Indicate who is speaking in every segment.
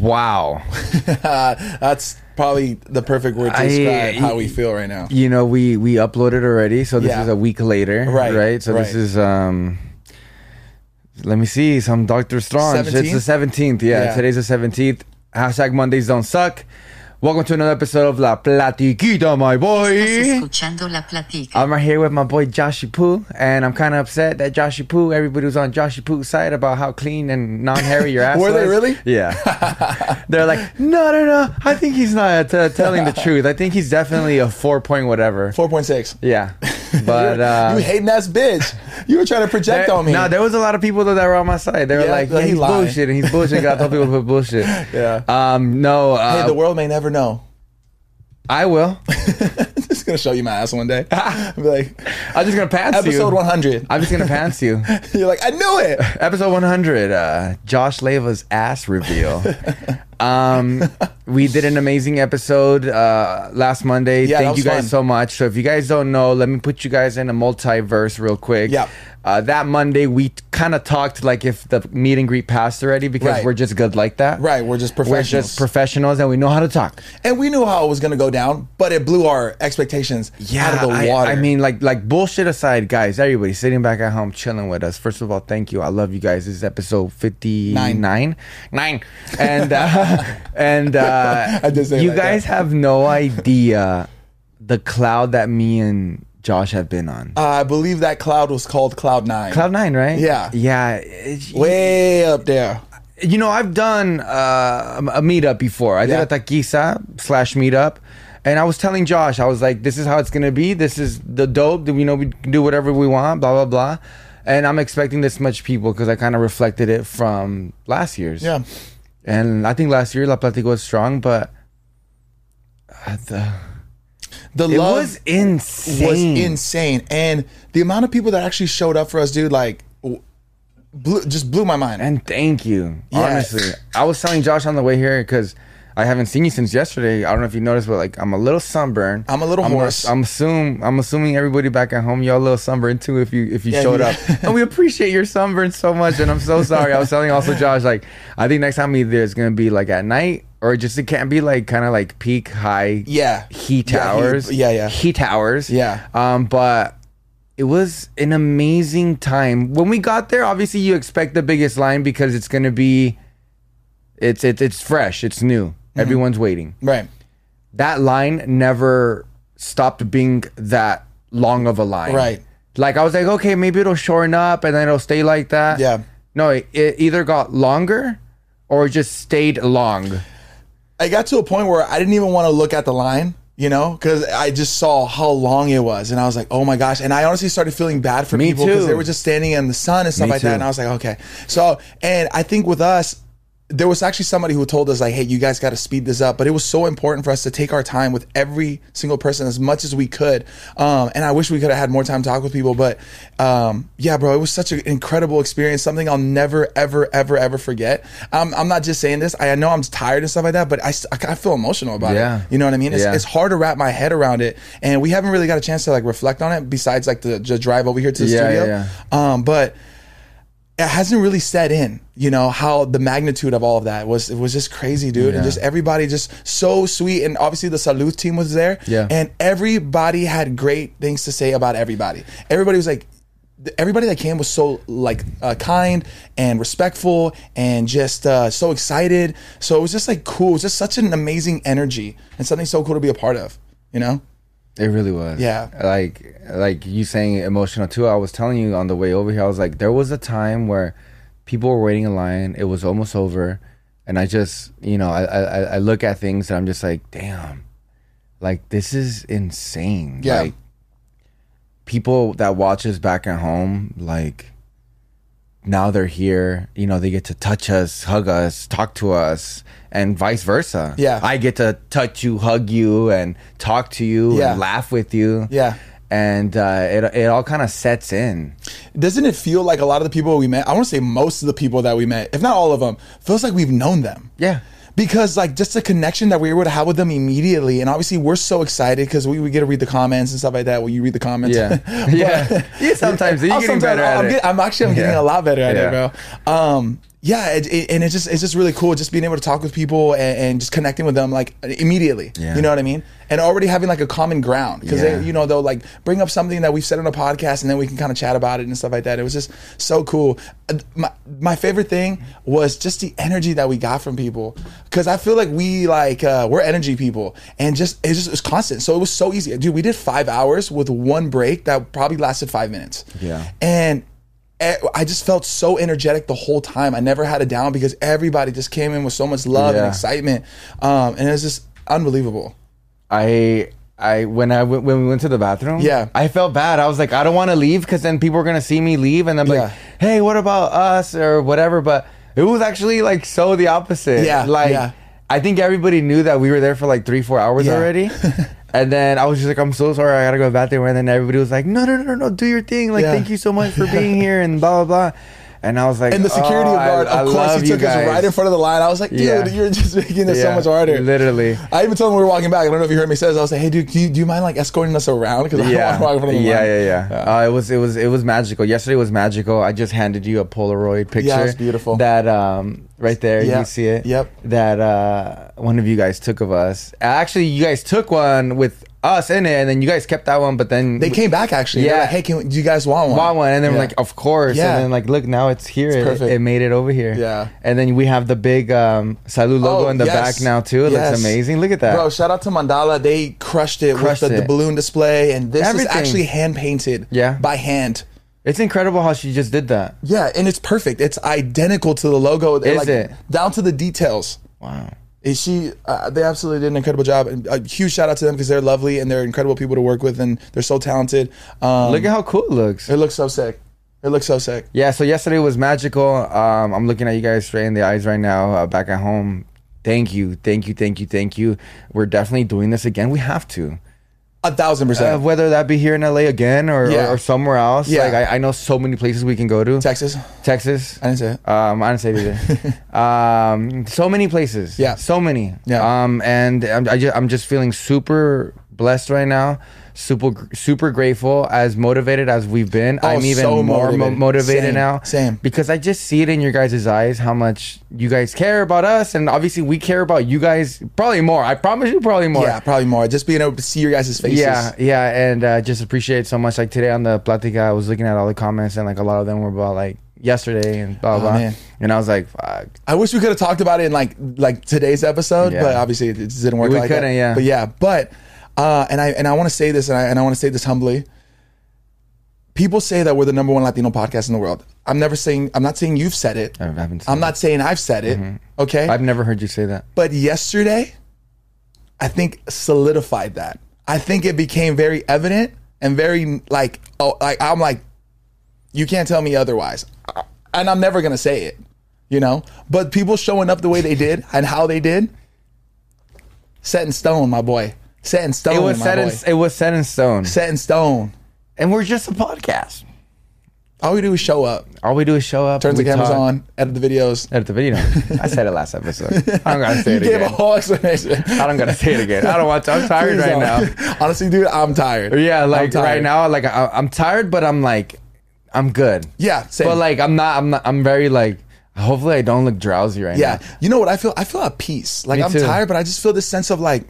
Speaker 1: Wow.
Speaker 2: That's probably the perfect word to
Speaker 1: I-
Speaker 2: describe how we feel right now.
Speaker 1: You know, we we uploaded already, so this
Speaker 2: Yeah.
Speaker 1: is a week later,
Speaker 2: Right,
Speaker 1: Right. So this
Speaker 2: right.
Speaker 1: is um. Let me see some Doctor Strange. It's the 17th. Yeah,
Speaker 2: Yeah.
Speaker 1: today's the 17th. Hashtag Mondays don't suck. Welcome to another episode of La Platiquita, my boy.
Speaker 3: Escuchando la platica.
Speaker 1: I'm right here with my boy Joshy Poo, and I'm kind of upset that Joshy Poo, everybody was on Joshy Poo's side about how clean and non-hairy your ass
Speaker 2: Were
Speaker 1: was.
Speaker 2: they really?
Speaker 1: Yeah. They're like, no, no, no. I think he's not uh, telling the truth. I think he's definitely a four point whatever.
Speaker 2: 4.6.
Speaker 1: Yeah, but uh,
Speaker 2: you hating ass bitch. You were trying to project
Speaker 1: there,
Speaker 2: on me.
Speaker 1: no, there was a lot of people though that were on my side. They were
Speaker 2: Yeah,
Speaker 1: like,
Speaker 2: but
Speaker 1: "Yeah,
Speaker 2: he
Speaker 1: he's
Speaker 2: lied.
Speaker 1: bullshit, and he's bullshit." 'cause I told people to put bullshit.
Speaker 2: Yeah.
Speaker 1: Um. No. Uh,
Speaker 2: hey, the world may never know.
Speaker 1: I will.
Speaker 2: Just gonna show you my ass one day. I'll be like,
Speaker 1: I'm just gonna pants you.
Speaker 2: episode 100.
Speaker 1: I'm just gonna pants you.
Speaker 2: You're like, I knew it.
Speaker 1: Episode 100. Uh, Josh Leva's ass reveal. um, we did an amazing episode uh, last Monday.
Speaker 2: Yeah, that
Speaker 1: Thank you
Speaker 2: was
Speaker 1: guys
Speaker 2: fun.
Speaker 1: so much. So if you guys don't know, let me put you guys in a multiverse real quick.
Speaker 2: Yep.
Speaker 1: Uh, that Monday we kind of talked like if the meet and greet passed already because
Speaker 2: Right.
Speaker 1: we're just good like that.
Speaker 2: Right, we're just
Speaker 1: We're
Speaker 2: professionals.
Speaker 1: just professionals and we know how to talk.
Speaker 2: and we knew how it was gonna go down, but it blew our expectations out of the
Speaker 1: I-
Speaker 2: water.
Speaker 1: I, mean, like, like bullshit aside, guys, everybody sitting back at home chilling with us. First of all, thank you. I love you guys. This is episode fifty nine, nine, and uh, and uh,
Speaker 2: I did say it
Speaker 1: you
Speaker 2: like
Speaker 1: guys have no idea the cloud that me and Josh have been on.
Speaker 2: Uh, I believe that cloud was called Cloud Nine.
Speaker 1: cloud nine, right?
Speaker 2: yeah.
Speaker 1: yeah. it-
Speaker 2: Way up there.
Speaker 1: you know, I've done uh, a meetup before. I
Speaker 2: Yeah.
Speaker 1: did a taquiza slash meetup, and I was telling Josh, I was like, "This is how it's gonna be. This is the dope. Do we know we can do whatever we want? Blah blah blah." And I'm expecting this much people because I kind of reflected it from last year's.
Speaker 2: Yeah.
Speaker 1: And I think last year La Platico was strong, but uh, the,
Speaker 2: The
Speaker 1: it
Speaker 2: love
Speaker 1: was insane.
Speaker 2: was insane, and the amount of people that actually showed up for us, dude, like, w- blew, just blew my mind.
Speaker 1: And thank you.
Speaker 2: Yeah.
Speaker 1: Honestly, I was telling Josh on the way here because I haven't seen you since yesterday. I don't know if you noticed, but like I'm a little sunburned.
Speaker 2: I'm a little hoarse.
Speaker 1: I'm assume I'm assuming everybody back at home y'all a little sunburned too if you if you
Speaker 2: Yeah,
Speaker 1: showed
Speaker 2: you-
Speaker 1: up. and we appreciate your sunburn so much. And I'm so sorry. I was telling also Josh like I think next time we there's gonna be like at night or just it can't be like kind of like peak high
Speaker 2: yeah,
Speaker 1: heat
Speaker 2: Yeah, heat-
Speaker 1: towers.
Speaker 2: yeah, yeah.
Speaker 1: Heat towers.
Speaker 2: Yeah.
Speaker 1: Um, but it was an amazing time. When we got there, obviously you expect the biggest line because it's gonna be it's it's it's fresh, it's new.
Speaker 2: Mm-hmm.
Speaker 1: Everyone's waiting.
Speaker 2: right.
Speaker 1: That line never stopped being that long of a line.
Speaker 2: Right.
Speaker 1: Like I was like, okay, maybe it'll shorten up and then it'll stay like that.
Speaker 2: Yeah.
Speaker 1: No, it, it either got longer or it just stayed long.
Speaker 2: I got to a point where I didn't even want to look at the line, you know, because I just saw how long it was, and I was like, oh my gosh. And I honestly started feeling bad for
Speaker 1: Me
Speaker 2: people because
Speaker 1: too.
Speaker 2: they were just standing in the sun and stuff
Speaker 1: Me
Speaker 2: like that.
Speaker 1: too.
Speaker 2: And I was like, okay. So, and I think with us. There was actually somebody who told us like, "Hey, you guys got to speed this up." But it was so important for us to take our time with every single person as much as we could. Um, and I wish we could have had more time to talk with people. But um, yeah, bro, it was such an incredible experience. Something I'll never, ever, ever, ever forget. Um, I'm not just saying this. I know I'm tired and stuff like that, but I, s- I kinda feel emotional about
Speaker 1: Yeah.
Speaker 2: it. You know what I mean? It's,
Speaker 1: Yeah.
Speaker 2: it's hard to wrap my head around it, and we haven't really got a chance to like reflect on it. Besides, like the, the drive over here to the
Speaker 1: Yeah,
Speaker 2: studio.
Speaker 1: yeah,
Speaker 2: Um, but it hasn't really set in, you know, how the magnitude of all of that was it was just crazy, dude. And
Speaker 1: Yeah.
Speaker 2: just everybody just so sweet. And obviously the salute team was there.
Speaker 1: Yeah.
Speaker 2: And everybody had great things to say about everybody. Everybody was like th- everybody that came was so like uh, kind and respectful and just uh, so excited so it was just like cool it was just such an amazing energy and something so cool to be a part of you know
Speaker 1: It really was.
Speaker 2: Yeah.
Speaker 1: Like like you saying emotional too. I was telling you on the way over here, I was like, there was a time where people were waiting in line, it was almost over, and I just you know, I I, I- I look at things and I'm just like, damn. Like this is insane.
Speaker 2: Yeah.
Speaker 1: Like people that watch us back at home, like now they're here, you know, they get to touch us, hug us, talk to us, and vice versa.
Speaker 2: Yeah.
Speaker 1: I get to touch you, hug you, and talk to you,
Speaker 2: Yeah.
Speaker 1: and laugh with you.
Speaker 2: Yeah.
Speaker 1: And uh, it, it all kind of sets in.
Speaker 2: doesn't it feel like a lot of the people we met i want to say most of the people that we met if not all of them feels like we've known them
Speaker 1: Yeah.
Speaker 2: because like just the connection that we were able to have with them immediately and obviously we're so excited because we, we get to read the comments and stuff like that well you read the comments
Speaker 1: Yeah.
Speaker 2: But-
Speaker 1: yeah. Yeah. Sometimes you're
Speaker 2: I'll
Speaker 1: getting
Speaker 2: sometimes-
Speaker 1: better at
Speaker 2: I'm
Speaker 1: it.
Speaker 2: get- I'm actually I'm getting
Speaker 1: Yeah.
Speaker 2: a lot better at
Speaker 1: Yeah.
Speaker 2: it, bro. Um, yeah, it, it- and it's just it's just really cool just being able to talk with people and, and just connecting with them like immediately.
Speaker 1: Yeah.
Speaker 2: You know what I mean? And already having like a common ground because
Speaker 1: Yeah.
Speaker 2: you know they'll like bring up something that we've said on a podcast and then we can kind of chat about it and stuff like that. It was just so cool. Uh, My my favorite thing was just the energy that we got from people because I feel like we like uh, we're energy people and just it just it was constant. So it was so easy, dude. We did five hours with one break that probably lasted five minutes.
Speaker 1: Yeah.
Speaker 2: And e- I just felt so energetic the whole time. I never had a down because everybody just came in with so much love and
Speaker 1: Yeah.
Speaker 2: excitement. Um, and it was just unbelievable.
Speaker 1: I I when I went, when we went to the bathroom,
Speaker 2: Yeah.
Speaker 1: I felt bad. I was like, I don't want to leave because then people are gonna see me leave, and I'm
Speaker 2: Yeah.
Speaker 1: like, hey, what about us or whatever? But it was actually like so the opposite.
Speaker 2: Yeah,
Speaker 1: like
Speaker 2: yeah.
Speaker 1: I think everybody knew that we were there for like three four hours
Speaker 2: Yeah.
Speaker 1: already. And then I was just like, I'm so sorry, I gotta go to the bathroom. And then everybody was like, No, no, no, no, no, do your thing. Like,
Speaker 2: Yeah.
Speaker 1: thank you so much for being here, and blah blah blah. And I was like,
Speaker 2: And the security
Speaker 1: "Oh, I-
Speaker 2: guard,
Speaker 1: I
Speaker 2: of course,
Speaker 1: love
Speaker 2: he
Speaker 1: you
Speaker 2: took us
Speaker 1: guys."
Speaker 2: right in front of the line. I was like, dude,
Speaker 1: Yeah.
Speaker 2: you're just making this so
Speaker 1: Yeah,
Speaker 2: much harder.
Speaker 1: Literally.
Speaker 2: I even told him we were walking back. I don't know if you heard me say this. I was like, hey, dude, do you, do you mind like escorting us around? Because I
Speaker 1: yeah.
Speaker 2: don't want to walk in front of the
Speaker 1: yeah,
Speaker 2: line.
Speaker 1: yeah, yeah, Uh, it was, it was, it was magical. Yesterday was magical. I just handed you a Polaroid picture.
Speaker 2: Yeah, it's beautiful.
Speaker 1: That um, right there,
Speaker 2: Yeah.
Speaker 1: you see it.
Speaker 2: Yep.
Speaker 1: That uh, one of you guys took of us. Actually, you guys took one with us in it, and then you guys kept that one. But then
Speaker 2: They came back actually. Yeah.
Speaker 1: Yeah.
Speaker 2: Like, hey, can we, do you guys want one?
Speaker 1: bought one, and then we're
Speaker 2: Yeah.
Speaker 1: like, of course.
Speaker 2: Yeah.
Speaker 1: And then like, look, now it's here. It-
Speaker 2: perfect.
Speaker 1: It, made it over here.
Speaker 2: Yeah.
Speaker 1: And then we have the big um, Salu logo
Speaker 2: Oh,
Speaker 1: in the
Speaker 2: yes.
Speaker 1: back now too. It
Speaker 2: Yes.
Speaker 1: looks amazing. Look at that.
Speaker 2: Bro, shout out to Mandala. They crushed it
Speaker 1: Crushed
Speaker 2: with the, the
Speaker 1: it.
Speaker 2: balloon display, and this
Speaker 1: Everything.
Speaker 2: is actually hand painted.
Speaker 1: Yeah.
Speaker 2: by hand.
Speaker 1: It's incredible how she just did that.
Speaker 2: Yeah, and it's perfect. It's identical to the logo. Is
Speaker 1: it?
Speaker 2: down to the details?
Speaker 1: Wow.
Speaker 2: Is she? Uh, they absolutely did an incredible job, and a huge shout out to them because they're lovely and they're incredible people to work with, and they're so talented. Um,
Speaker 1: Look at how cool it looks.
Speaker 2: it looks so sick. It looks so sick.
Speaker 1: Yeah, so yesterday was magical. Um, I'm looking at you guys straight in the eyes right now, uh, back at home. Thank you, thank you, thank you, thank you. We're definitely doing this again. We have to,
Speaker 2: A thousand
Speaker 1: uh,
Speaker 2: percent.
Speaker 1: whether that be here in LA again or,
Speaker 2: Yeah.
Speaker 1: or, or somewhere else.
Speaker 2: Yeah.
Speaker 1: Like I, I know so many places we can go to.
Speaker 2: Texas.
Speaker 1: Texas.
Speaker 2: I didn't say it.
Speaker 1: Um, I didn't say it either. um, so many places.
Speaker 2: Yeah.
Speaker 1: So many.
Speaker 2: Yeah.
Speaker 1: Um, and I'm, I just, I'm just feeling super blessed right now. Super, super grateful. As motivated as we've been,
Speaker 2: Oh,
Speaker 1: I'm even
Speaker 2: so
Speaker 1: more motivated,
Speaker 2: motivated.
Speaker 1: motivated
Speaker 2: Same,
Speaker 1: now.
Speaker 2: same.
Speaker 1: Because I just see it in your guys' eyes how much you guys care about us, and obviously we care about you guys probably more. I promise you, probably more.
Speaker 2: Yeah, probably more. Just being able to see your guys' faces.
Speaker 1: Yeah, yeah, and uh, just appreciate so much. Like today on the Platica, I was looking at all the comments, and like a lot of them were about like yesterday and blah blah.
Speaker 2: Oh, man.
Speaker 1: And I was like, fuck.
Speaker 2: I wish we could have talked about it in like like today's episode,
Speaker 1: Yeah.
Speaker 2: but obviously it, it just didn't work.
Speaker 1: We
Speaker 2: like
Speaker 1: couldn't,
Speaker 2: that.
Speaker 1: yeah.
Speaker 2: But yeah, but uh, and I and I want to say this, and I and I want to say this humbly. People say that we're the number one Latino podcast in the world. I'm never saying. I'm not saying you've said it.
Speaker 1: I haven't. Seen
Speaker 2: I'm not saying I've said it.
Speaker 1: Mm-hmm.
Speaker 2: Okay.
Speaker 1: I've never heard you say that.
Speaker 2: But yesterday, I think solidified that. I think it became very evident and very like oh like I'm like you can't tell me otherwise. I- And I'm never going to say it, you know? But people showing up the way they did and how they did set in stone, my boy. Set in stone,
Speaker 1: It was
Speaker 2: my
Speaker 1: set
Speaker 2: boy.
Speaker 1: in it was set in stone,
Speaker 2: set in stone.
Speaker 1: and we're just a podcast.
Speaker 2: All we do is show up.
Speaker 1: All we do is show up.
Speaker 2: Turns
Speaker 1: we
Speaker 2: the cameras
Speaker 1: talk,
Speaker 2: on, edit the videos.
Speaker 1: Edit the video. I said it last episode. I don't gotta say
Speaker 2: You
Speaker 1: it
Speaker 2: gave a
Speaker 1: again.
Speaker 2: whole explanation.
Speaker 1: I don't gotta say it again. I don't want to. I'm tired right now.
Speaker 2: now. Honestly, dude, I'm tired.
Speaker 1: Yeah,
Speaker 2: I'm
Speaker 1: like
Speaker 2: tired.
Speaker 1: right now, like I, I'm tired, but I'm like, I'm good.
Speaker 2: Yeah, same.
Speaker 1: But like, I'm not. I'm not. I'm very like. Hopefully, I don't look drowsy right
Speaker 2: Yeah.
Speaker 1: now.
Speaker 2: You know what I feel? I feel at peace. Like
Speaker 1: Me
Speaker 2: I'm
Speaker 1: too.
Speaker 2: tired, but I just feel this sense of like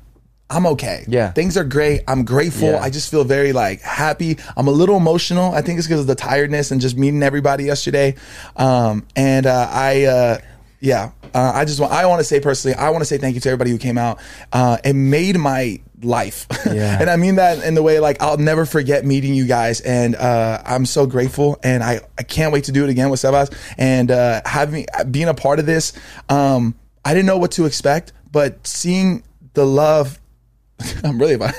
Speaker 2: I'm okay.
Speaker 1: Yeah.
Speaker 2: Things are great. I'm grateful.
Speaker 1: Yeah.
Speaker 2: I just feel very like happy. I'm a little emotional. I think it's because of the tiredness and just meeting everybody yesterday. Um and uh I uh yeah, uh, I just want. I want to say personally. I want to say thank you to everybody who came out. Uh, it made my life,
Speaker 1: Yeah.
Speaker 2: and I mean that in the way like I'll never forget meeting you guys, and uh, I'm so grateful, and I, I can't wait to do it again with Sebas, and uh, having being a part of this, um, I didn't know what to expect, but seeing the love. I'm really about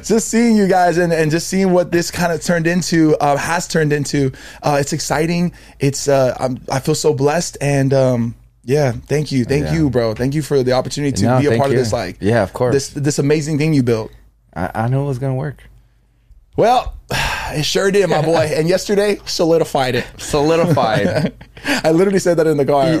Speaker 2: just seeing you guys and, and just seeing what this kind of turned into uh, has turned into. Uh, it's exciting. It's uh, I'm, I feel so blessed and um, yeah, thank you, thank
Speaker 1: Yeah.
Speaker 2: you, bro, thank you for the opportunity to
Speaker 1: No,
Speaker 2: be a
Speaker 1: thank
Speaker 2: part
Speaker 1: you.
Speaker 2: of this. Like
Speaker 1: Yeah, of course.
Speaker 2: this this amazing thing you built.
Speaker 1: I, I knew it was gonna work.
Speaker 2: Well, It sure did, my boy. And yesterday solidified it.
Speaker 1: solidified.
Speaker 2: I literally said that in the car.
Speaker 1: You- you-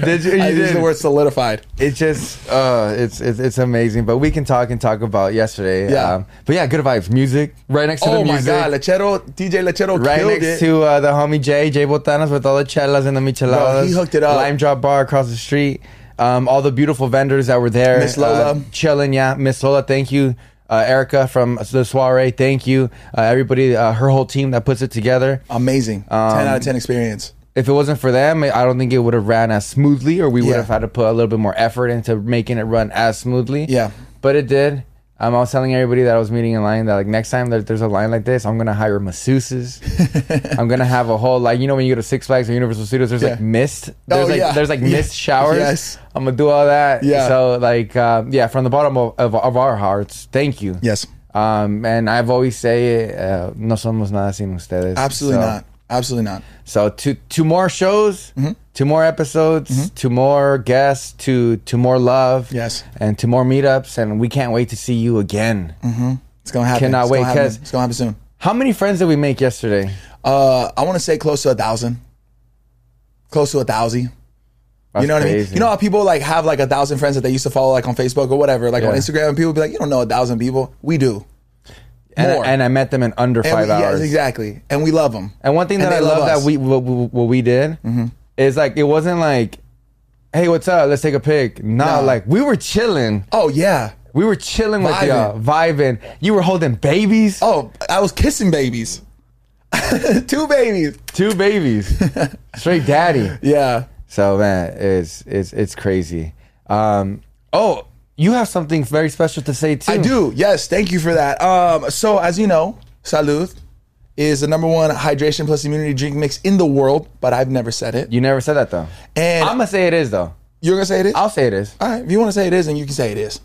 Speaker 1: did you- you
Speaker 2: I used
Speaker 1: did.
Speaker 2: the word solidified.
Speaker 1: it just uh, it's, it's it's amazing. But we can talk and talk about yesterday. um,
Speaker 2: Yeah.
Speaker 1: but yeah, good vibes. Music right next to
Speaker 2: oh
Speaker 1: the
Speaker 2: my
Speaker 1: music.
Speaker 2: god, Lechero, DJ Lechero
Speaker 1: Right
Speaker 2: killed
Speaker 1: next
Speaker 2: it.
Speaker 1: to uh, the homie Jay, Jay Botanas with all the chelas and the micheladas.
Speaker 2: Bro, he hooked it up.
Speaker 1: Lime Drop Bar across the street. Um, all the beautiful vendors that were there.
Speaker 2: Miss Lola.
Speaker 1: Uh, chilling, yeah. Miss Lola, thank you. Uh, Erica from the soiree, thank you. Uh, everybody, uh, her whole team that puts it together.
Speaker 2: Amazing. ten
Speaker 1: Um,
Speaker 2: out of ten experience.
Speaker 1: If it wasn't for them, I don't think it would have ran as smoothly, or we would
Speaker 2: Yeah.
Speaker 1: have had to put a little bit more effort into making it run as smoothly.
Speaker 2: Yeah.
Speaker 1: But it did. Um, I was telling everybody that I was meeting in line that like next time that there's a line like this, I'm gonna hire masseuses. I'm gonna have a whole like you know when you go to Six Flags or Universal Studios, there's like
Speaker 2: Yeah. Oh,
Speaker 1: mist. There's like
Speaker 2: yeah.
Speaker 1: there's like
Speaker 2: Yeah.
Speaker 1: mist showers.
Speaker 2: Yes.
Speaker 1: I'm gonna do all that.
Speaker 2: Yeah.
Speaker 1: So like um, yeah, from the bottom of, of, of our hearts, thank you.
Speaker 2: Yes.
Speaker 1: Um, and I've always say uh, no somos nada sin ustedes.
Speaker 2: Absolutely
Speaker 1: So-
Speaker 2: not. Absolutely not.
Speaker 1: So two two more shows,
Speaker 2: Mm-hmm.
Speaker 1: two more episodes, two more guests, two two more love.
Speaker 2: Yes.
Speaker 1: and two more meetups, and we can't wait to see you again.
Speaker 2: Mm-hmm. It's gonna happen.
Speaker 1: Cannot
Speaker 2: It's
Speaker 1: wait,
Speaker 2: gonna happen.
Speaker 1: 'cause-
Speaker 2: it's gonna happen soon.
Speaker 1: How many friends did we make yesterday?
Speaker 2: Uh, I want to say close to a thousand. Close to a thousand.
Speaker 1: That's
Speaker 2: you know what I mean?
Speaker 1: crazy.
Speaker 2: You know how people like have like a thousand friends that they used to follow like on Facebook or whatever, like on
Speaker 1: Yeah.
Speaker 2: Instagram, and people be like, "You don't know a thousand people." We do.
Speaker 1: and,
Speaker 2: more.
Speaker 1: I, and I met them in under
Speaker 2: And
Speaker 1: five
Speaker 2: we,
Speaker 1: hours.
Speaker 2: Yes, exactly. And we love them.
Speaker 1: And one thing
Speaker 2: And
Speaker 1: that
Speaker 2: they
Speaker 1: I
Speaker 2: love
Speaker 1: love
Speaker 2: us. Mm-hmm.
Speaker 1: that we what, what what we did is like it wasn't like, hey, what's up? Let's take a pic. Nah,
Speaker 2: No.
Speaker 1: like we were chilling.
Speaker 2: oh yeah.
Speaker 1: We were chilling with
Speaker 2: Vibing.
Speaker 1: y'all, vibing. You were holding babies,
Speaker 2: Oh, I was kissing babies. Two babies.
Speaker 1: two babies, straight daddy.
Speaker 2: Yeah.
Speaker 1: So man, it's it's it's crazy. Um, oh, you have something very special to say too.
Speaker 2: I do. Yes. Thank you for that. Um, so as you know, Salud is the number one hydration plus immunity drink mix in the world, but I've never said it.
Speaker 1: You never said that though.
Speaker 2: And
Speaker 1: I'm gonna say it is though.
Speaker 2: you're gonna say it is?
Speaker 1: I'll say it is.
Speaker 2: All right, if you want to say it is, then you can say it is.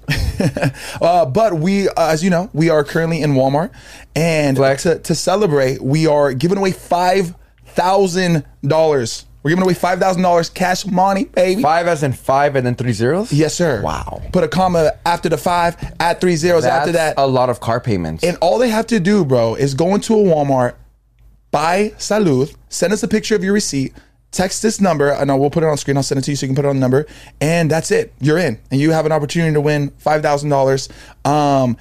Speaker 2: uh, but we, uh, as you know, we are currently in Walmart, and
Speaker 1: Flex.
Speaker 2: to, to celebrate, we are giving away five thousand dollars. We're giving away five thousand dollars cash money, baby.
Speaker 1: Five as in five, and then three zeros.
Speaker 2: Yes, sir.
Speaker 1: Wow.
Speaker 2: Put a comma after the five, add three zeros
Speaker 1: That's
Speaker 2: after that,
Speaker 1: a lot of car payments.
Speaker 2: and all they have to do, bro, is go into a Walmart, buy Salud, send us a picture of your receipt, text this number, and I will put it on screen. I'll send it to you so you can put it on the number, and that's it. You're in, and you have an opportunity to win five thousand dollars. Um,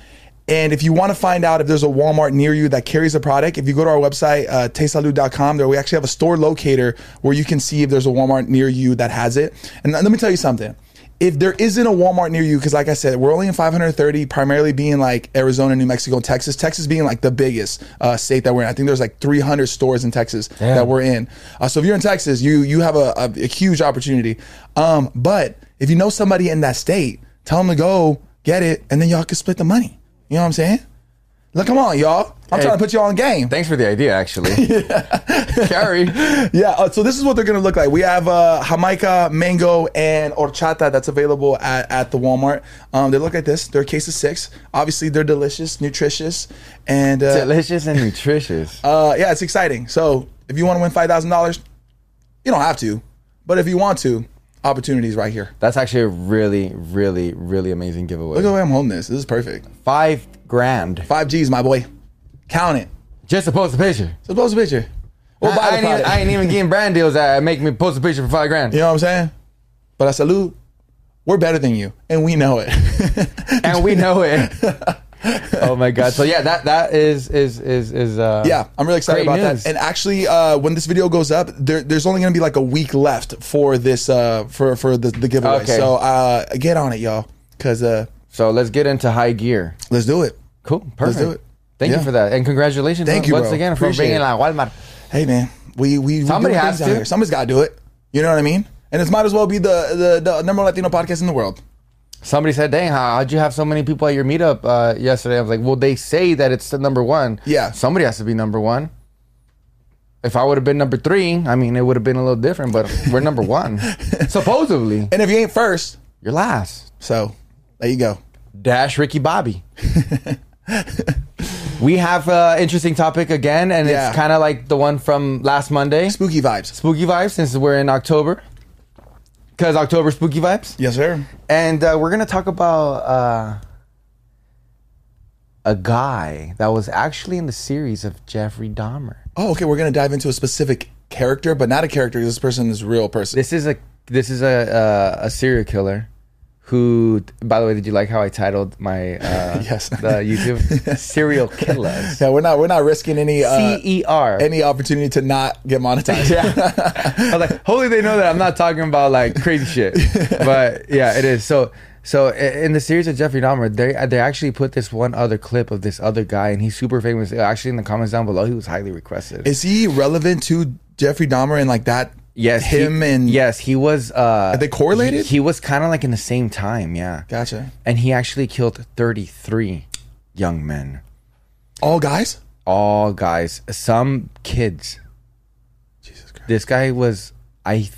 Speaker 2: and if you want to find out if there's a Walmart near you that carries the product, if you go to our website, uh, tesalud.com, there we actually have a store locator where you can see if there's a Walmart near you that has it. And let me tell you something if there isn't a Walmart near you, because like I said, we're only in 530, primarily being like Arizona, New Mexico, and Texas. Texas being like the biggest uh, state that we're in. I think there's like 300 stores in Texas that we're in. Uh, so if you're in Texas, you you have a, a, a huge opportunity. Um, but if you know somebody in that state, tell them to go get it, and then y'all can split the money. You know what I'm saying? Look, come on, y'all. I'm
Speaker 1: Hey.
Speaker 2: trying to put y'all in game.
Speaker 1: Thanks for the idea, actually. Carrie,
Speaker 2: Yeah, uh, so this is what they're gonna look like. We have uh, Jamaica, mango, and horchata that's available at, at the Walmart. Um, they look like this. They're a case of six. Obviously, they're delicious, nutritious, and uh,
Speaker 1: delicious and nutritious.
Speaker 2: uh, yeah, it's exciting. So if you want to win five thousand dollars, you don't have to, but if you want to, opportunities right here.
Speaker 1: That's actually a really, really, really amazing giveaway.
Speaker 2: Look at the way I'm holding this. This is perfect.
Speaker 1: Five grand.
Speaker 2: Five G's, my boy. Count it.
Speaker 1: Just to post a picture.
Speaker 2: So post a picture. We'll
Speaker 1: I,
Speaker 2: buy
Speaker 1: I
Speaker 2: the
Speaker 1: ain't even,
Speaker 2: product.
Speaker 1: I ain't even getting brand deals that make me post a picture for five grand.
Speaker 2: You know what I'm saying? But I salute. We're better than you, and we know it.
Speaker 1: and we know it. oh my god! So yeah, that that is is is is uh
Speaker 2: Yeah, I'm really excited
Speaker 1: Great
Speaker 2: about
Speaker 1: news.
Speaker 2: that. And actually, uh, when this video goes up, there, there's only going to be like a week left for this uh, for for the, the giveaway.
Speaker 1: Okay.
Speaker 2: So uh, get on it, y'all, because uh,
Speaker 1: So let's get into high gear.
Speaker 2: let's do it.
Speaker 1: Cool, perfect.
Speaker 2: do it.
Speaker 1: Thank
Speaker 2: Yeah.
Speaker 1: you for that, and congratulations
Speaker 2: Thank you,
Speaker 1: once
Speaker 2: bro.
Speaker 1: again for
Speaker 2: Appreciate
Speaker 1: bringing
Speaker 2: it.
Speaker 1: like Walmart.
Speaker 2: Hey, man, we we we
Speaker 1: Somebody
Speaker 2: doing
Speaker 1: has
Speaker 2: things out
Speaker 1: to.
Speaker 2: here. Somebody's got to do it. You know what I mean? And this might as well be the the, the number one Latino podcast in the world.
Speaker 1: Somebody said, "Dang, how, how'd you have so many people at your meetup uh, yesterday?" I was like, "Well, they say that it's the number one.
Speaker 2: Yeah.
Speaker 1: somebody has to be number one." If I would have been number three, I mean, it would have been a little different, but we're number one, supposedly.
Speaker 2: And if you ain't first,
Speaker 1: You're last.
Speaker 2: so there you go.
Speaker 1: dash Ricky Bobby. we have an interesting topic again, and
Speaker 2: Yeah.
Speaker 1: it's kind of like the one from last Monday.
Speaker 2: Spooky vibes.
Speaker 1: Spooky vibes, since we're in October, because October spooky vibes,
Speaker 2: Yes, sir.
Speaker 1: and uh, we're gonna talk about uh, a guy that was actually in the series of Jeffrey Dahmer.
Speaker 2: Oh, okay. We're gonna dive into a specific character, but not a character. This person is a real person.
Speaker 1: This is a this is a uh, a serial killer who by the way did you like how I titled my uh
Speaker 2: Yes.
Speaker 1: the YouTube serial killers.
Speaker 2: yeah, we're not we're not risking any uh,
Speaker 1: C E R.
Speaker 2: any opportunity to not get monetized.
Speaker 1: Yeah. I was like, hopefully they know that I'm not talking about like crazy shit. But yeah, it is. So so i- in the series of Jeffrey Dahmer, they they actually put this one other clip of this other guy, and he's super famous. Uh, Actually, in the comments down below, he was highly requested.
Speaker 2: Is he relevant to Jeffrey Dahmer and like that?
Speaker 1: yes, he-
Speaker 2: him and
Speaker 1: yes, he was. uh
Speaker 2: they correlated?
Speaker 1: He, he was kind of like in the same time, yeah.
Speaker 2: Gotcha.
Speaker 1: And he actually killed 33 young men,
Speaker 2: All guys.
Speaker 1: all guys, some kids.
Speaker 2: Jesus Christ.
Speaker 1: this guy was I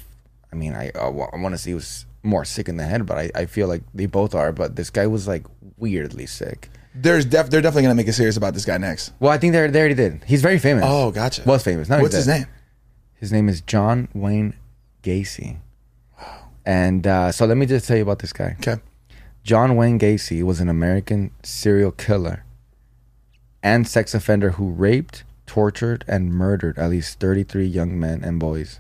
Speaker 1: I mean I I want to say he was more sick in the head but I, I feel like they both are but this guy was like weirdly sick
Speaker 2: There's def- they're definitely gonna make a series about this guy next.
Speaker 1: well I think they they already did he's very famous
Speaker 2: Oh, gotcha.
Speaker 1: was famous now he's
Speaker 2: What's his
Speaker 1: dead.
Speaker 2: name?
Speaker 1: his name is John Wayne Gacy and uh, so let me just tell you about this guy
Speaker 2: Okay.
Speaker 1: John Wayne Gacy was an American serial killer and sex offender who raped, tortured, and murdered at least 33 young men and boys.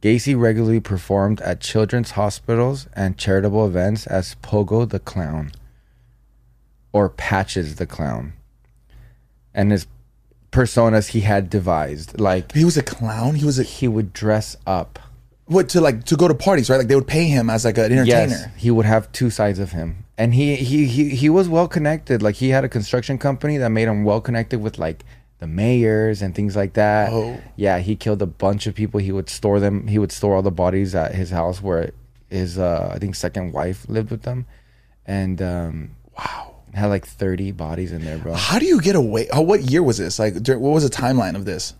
Speaker 1: Gacy regularly performed at children's hospitals and charitable events as Pogo the Clown or Patches the Clown. And his personas he had devised like
Speaker 2: He was a clown. He was a
Speaker 1: he would dress up
Speaker 2: what to like to go to parties, right? Like they would pay him as like an entertainer.
Speaker 1: Yes, he would have two sides of him, and he he he he was well connected. Like he had a construction company that made him well connected with like the mayors and things like that.
Speaker 2: Oh.
Speaker 1: yeah, he killed a bunch of people. He would store them. He would store all the bodies at his house where his uh, I think second wife lived with them, and um,
Speaker 2: Wow.
Speaker 1: had like thirty bodies in there, bro.
Speaker 2: How do you get away? Oh, what year was this? Like, dur- what was the timeline of this?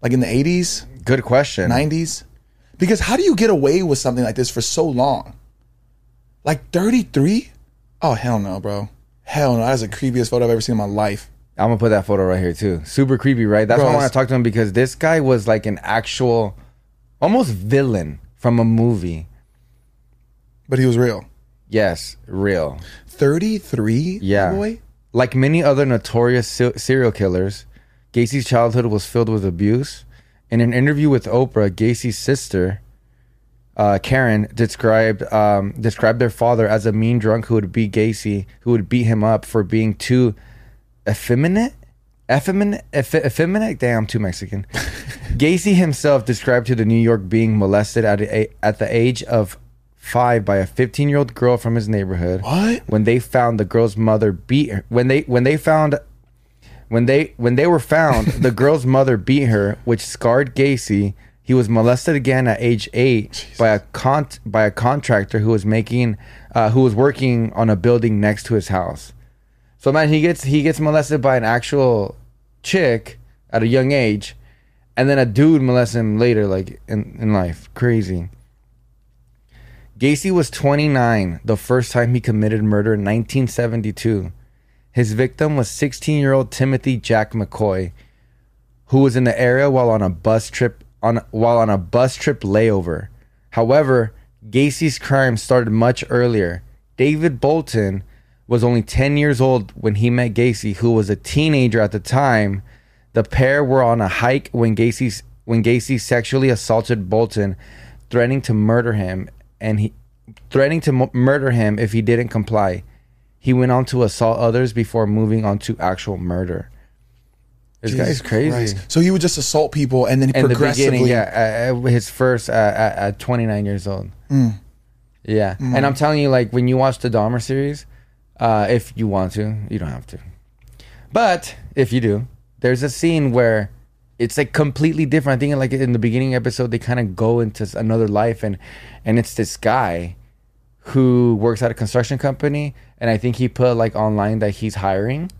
Speaker 2: Like in the eighties,
Speaker 1: Good question.
Speaker 2: nineties? Because how do you get away with something like this for so long? Like thirty three? Oh hell no, bro. Hell no. That's the creepiest photo I've ever seen in my life.
Speaker 1: I'm gonna put that photo right here too. Super creepy, right? That's
Speaker 2: Bro,
Speaker 1: why I
Speaker 2: that's-
Speaker 1: want to talk to him because this guy was like an actual, almost villain from a movie.
Speaker 2: But he was real.
Speaker 1: Yes, real.
Speaker 2: Thirty three?
Speaker 1: Yeah.
Speaker 2: Boy.
Speaker 1: Like many other notorious se- serial killers, Gacy's childhood was filled with abuse. In an interview with Oprah, Gacy's sister, uh, Karen, described um, described their father as a mean drunk who would beat Gacy, who would beat him up for being too effeminate. Effeminate, eff- effeminate. Damn, I'm too Mexican. Gacy himself described to the New York being molested at a, at the age of five by a 15 year old girl from his neighborhood
Speaker 2: What?
Speaker 1: when they found the girl's mother beat her when they when they found when they when they were found the girl's mother beat her which scarred gacy he was molested again at age eight by a con by a contractor who was making uh, who was working on a building next to his house so man he gets he gets molested by an actual chick at a young age and then a dude molests him later like in, in life crazy Gacy was 29 the first time he committed murder in 1972. His victim was 16 year old Timothy Jack McCoy, who was in the area while on a bus trip on while on a bus trip layover. However, Gacy's crime started much earlier. David Bolton was only 10 years old when he met Gacy, who was a teenager at the time. The pair were on a hike when Gacy's when Gacy sexually assaulted Bolton, threatening to murder him and he threatening to m- murder him if he didn't comply. He went on to assault others before moving on to actual murder. This
Speaker 2: Jesus
Speaker 1: guy's crazy
Speaker 2: Christ. So he would just assault people and then
Speaker 1: in the beginning,
Speaker 2: progressively.
Speaker 1: yeah, uh, uh, his first uh, at, at 29 years old. Yeah, and I'm telling you, like when you watch the Dahmer series, uh, if you want to, you don't have to, but if you do, there's a scene where it's like completely different. I think like in the beginning episode, they kind of go into s- another life, and and it's this guy who works at a construction company, and I think he put like online that he's hiring.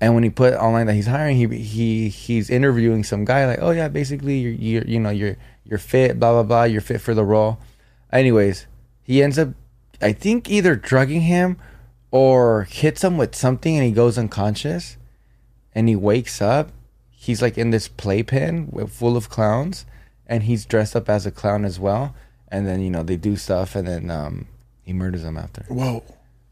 Speaker 1: And when he put online that he's hiring, he he he's interviewing some guy like, oh yeah, basically you're you you know you're you're fit, blah blah blah, you're fit for the role. Anyways, he ends up, I think either drugging him or hits him with something, and he goes unconscious. And he wakes up. He's like in this playpen with- full of clowns, and he's dressed up as a clown as well. And then you know they do stuff, and then um, he murders them after.
Speaker 2: Whoa.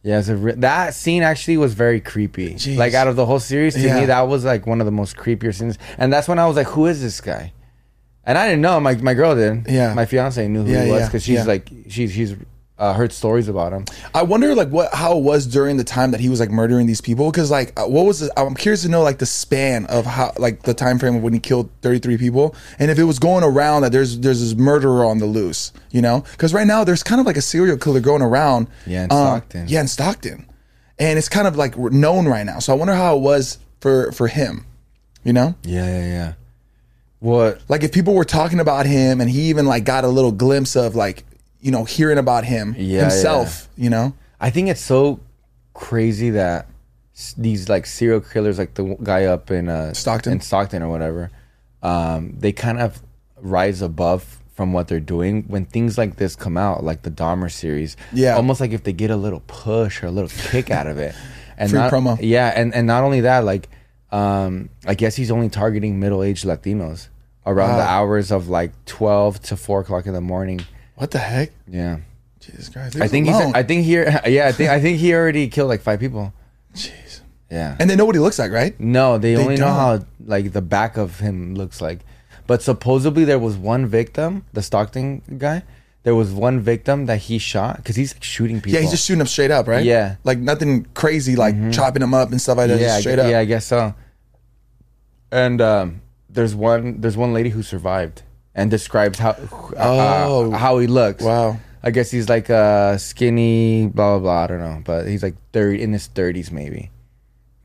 Speaker 1: Yeah, it's a re- that scene actually was very creepy. Like out of the whole series, to
Speaker 2: Yeah.
Speaker 1: me, that was like one of the most creepier scenes. And that's when I was like, "Who is this guy?" And I didn't know. My my girl did.
Speaker 2: Yeah.
Speaker 1: my fiance knew who
Speaker 2: Yeah,
Speaker 1: he was
Speaker 2: yeah,
Speaker 1: because she's
Speaker 2: yeah.
Speaker 1: like she's she's uh, heard stories about him.
Speaker 2: I wonder like what how it was during the time that he was like murdering these people because like uh, what was the, I'm curious to know like the span of how like the time frame of when he killed 33 people and if it was going around that there's there's this murderer on the loose you know because right now there's kind of like a serial killer going around Um,
Speaker 1: Yeah, in Stockton.
Speaker 2: yeah in Stockton and it's kind of like r- known right now so I wonder how it was for for him you know
Speaker 1: Yeah, yeah, yeah. What?
Speaker 2: like if people were talking about him and he even like got a little glimpse of like you know hearing about him
Speaker 1: Yeah,
Speaker 2: himself you know
Speaker 1: I think it's so crazy that s- these like serial killers, like the w- guy up in uh,
Speaker 2: Stockton?
Speaker 1: in Stockton or whatever, um, they kind of rise above from what they're doing when things like this come out, like the Dahmer series.
Speaker 2: Yeah.
Speaker 1: almost like if they get a little push or a little kick out of it. And
Speaker 2: Free
Speaker 1: not-
Speaker 2: promo.
Speaker 1: Yeah, and and not only that, like um, I guess he's only targeting middle aged Latinos around the
Speaker 2: Ah.
Speaker 1: hours of like twelve to four o'clock in the morning.
Speaker 2: what the heck
Speaker 1: Yeah.
Speaker 2: Jesus Christ.
Speaker 1: I think he's.
Speaker 2: alone.
Speaker 1: I think he. Yeah, I think. I think he already killed like five people.
Speaker 2: Jeez.
Speaker 1: Yeah.
Speaker 2: And they know what he looks like, right?
Speaker 1: no, they, only know
Speaker 2: don't.
Speaker 1: how like the back of him looks like. But supposedly there was one victim, the Stockton guy. There was one victim that he shot because he's like, shooting people.
Speaker 2: Yeah, he's just shooting up straight up, right?
Speaker 1: Yeah. Mm-hmm.
Speaker 2: Like nothing crazy, like chopping him up and stuff like that.
Speaker 1: yeah,
Speaker 2: just
Speaker 1: I
Speaker 2: straight
Speaker 1: gu-
Speaker 2: up.
Speaker 1: yeah, I guess so. And um, there's one. There's one lady who survived and describes how
Speaker 2: Oh.
Speaker 1: uh, how he looks.
Speaker 2: Wow.
Speaker 1: I guess he's like uh, skinny, blah blah blah. I don't know, but he's like thirty in his thirties, maybe.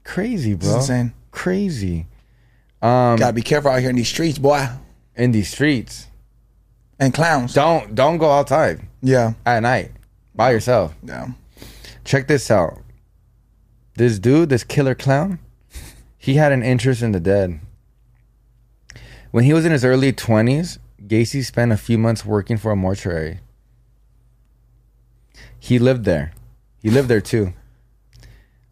Speaker 1: Crazy, bro.
Speaker 2: insane.
Speaker 1: Crazy. Um,
Speaker 2: Gotta be careful out here in these streets, boy.
Speaker 1: in these streets,
Speaker 2: And clowns.
Speaker 1: don't don't go outside
Speaker 2: Yeah.
Speaker 1: at night by yourself.
Speaker 2: Yeah.
Speaker 1: Check this out. This dude, this killer clown, he had an interest in the dead. When he was in his early twenties, Gacy spent a few months working for a mortuary. He lived there. He lived there too.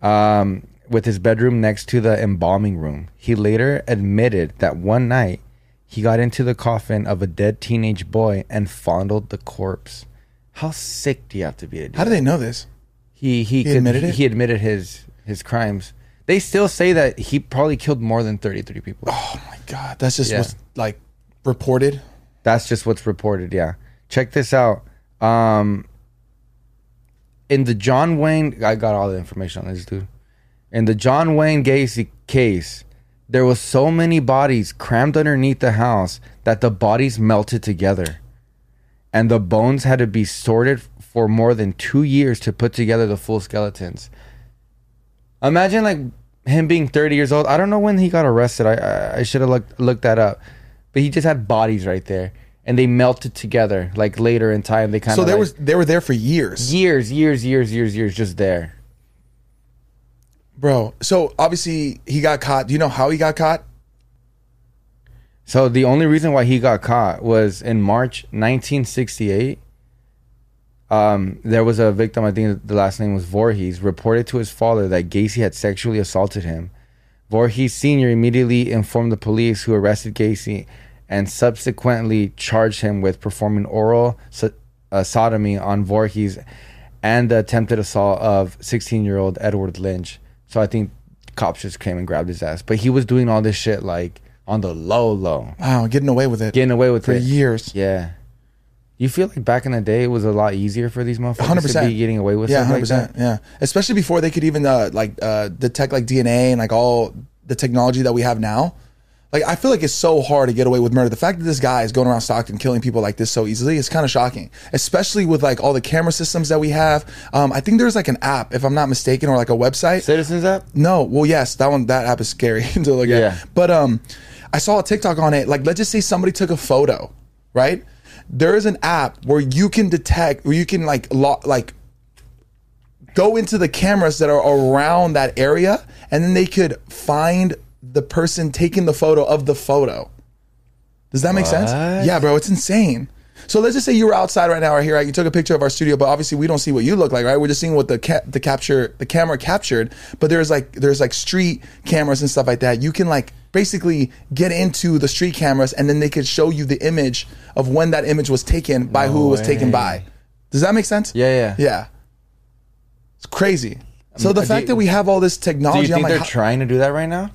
Speaker 1: Um, with his bedroom next to the embalming room. He later admitted that one night he got into the coffin of a dead teenage boy and fondled the corpse. How sick do you have to be to do
Speaker 2: How do they know this?
Speaker 1: he he, could-
Speaker 2: admitted
Speaker 1: he-
Speaker 2: it?
Speaker 1: He admitted his his crimes. They still say that he probably killed more than thirty three people.
Speaker 2: Oh my God. That's just
Speaker 1: Yeah.
Speaker 2: what's like reported.
Speaker 1: That's just what's reported. Yeah, check this out. Um, in the John Wayne, I got all the information on this dude. In the John Wayne Gacy case, there was so many bodies crammed underneath the house that the bodies melted together, and the bones had to be sorted for more than two years to put together the full skeletons. Imagine like him being 30 years old. I don't know when he got arrested. I I, I should have looked looked that up, but he just had bodies right there, and they melted together. Like later in time, they kind of
Speaker 2: So they
Speaker 1: like,
Speaker 2: was they were there for years.
Speaker 1: years, years, years, years, years just there.
Speaker 2: Bro. So obviously he got caught. Do you know how he got caught?
Speaker 1: So the only reason why he got caught was in March 1968. Um, there was a victim, I think the last name was Voorhees, reported to his father that Gacy had sexually assaulted him. Voorhees Sr. immediately informed the police, who arrested Gacy and subsequently charged him with performing oral so- uh, sodomy on Voorhees and the attempted assault of 16 year old Edward Lynch. So I think cops just came and grabbed his ass. But he was doing all this shit like on the low, low,
Speaker 2: Wow, getting away with it.
Speaker 1: getting away with
Speaker 2: for
Speaker 1: it.
Speaker 2: years.
Speaker 1: Yeah. You feel like back in the day it was a lot easier for these motherfuckers to
Speaker 2: 100%.
Speaker 1: be getting away with
Speaker 2: Yeah,
Speaker 1: stuff
Speaker 2: hundred
Speaker 1: like that.
Speaker 2: percent. Yeah, especially before they could even uh, like uh, detect like DNA and like all the technology that we have now. Like I feel like it's so hard to get away with murder. The fact that this guy is going around Stockton killing people like this so easily is kind of shocking, especially with like all the camera systems that we have. Um, I think there's like an app, if I'm not mistaken, or like a website.
Speaker 1: Citizens app?
Speaker 2: No, well, yes, that one that app is scary to look
Speaker 1: Yeah.
Speaker 2: at. But um, I saw a TikTok on it. Like, let's just say somebody took a photo, right? There is an app where you can detect, where you can like lo- like go into the cameras that are around that area, and then they could find the person taking the photo of the photo. Does that make sense?
Speaker 1: What?
Speaker 2: Yeah, bro, it's insane. So let's just say you were outside right now, right here. Right? You took a picture of our studio, but obviously we don't see what you look like, right? We're just seeing what the ca- the capture the camera captured. But there's like there's like street cameras and stuff like that. You can like basically get into the street cameras, and then they could show you the image of when that image was taken by who it was taken
Speaker 1: way.
Speaker 2: by. Does that make sense?
Speaker 1: Yeah, yeah.
Speaker 2: Yeah. It's crazy. So the
Speaker 1: Um, uh, do
Speaker 2: fact
Speaker 1: you-
Speaker 2: that we have all this
Speaker 1: Do
Speaker 2: technology,
Speaker 1: you
Speaker 2: I'm
Speaker 1: think
Speaker 2: like,
Speaker 1: they're
Speaker 2: "How-
Speaker 1: trying to do that right now?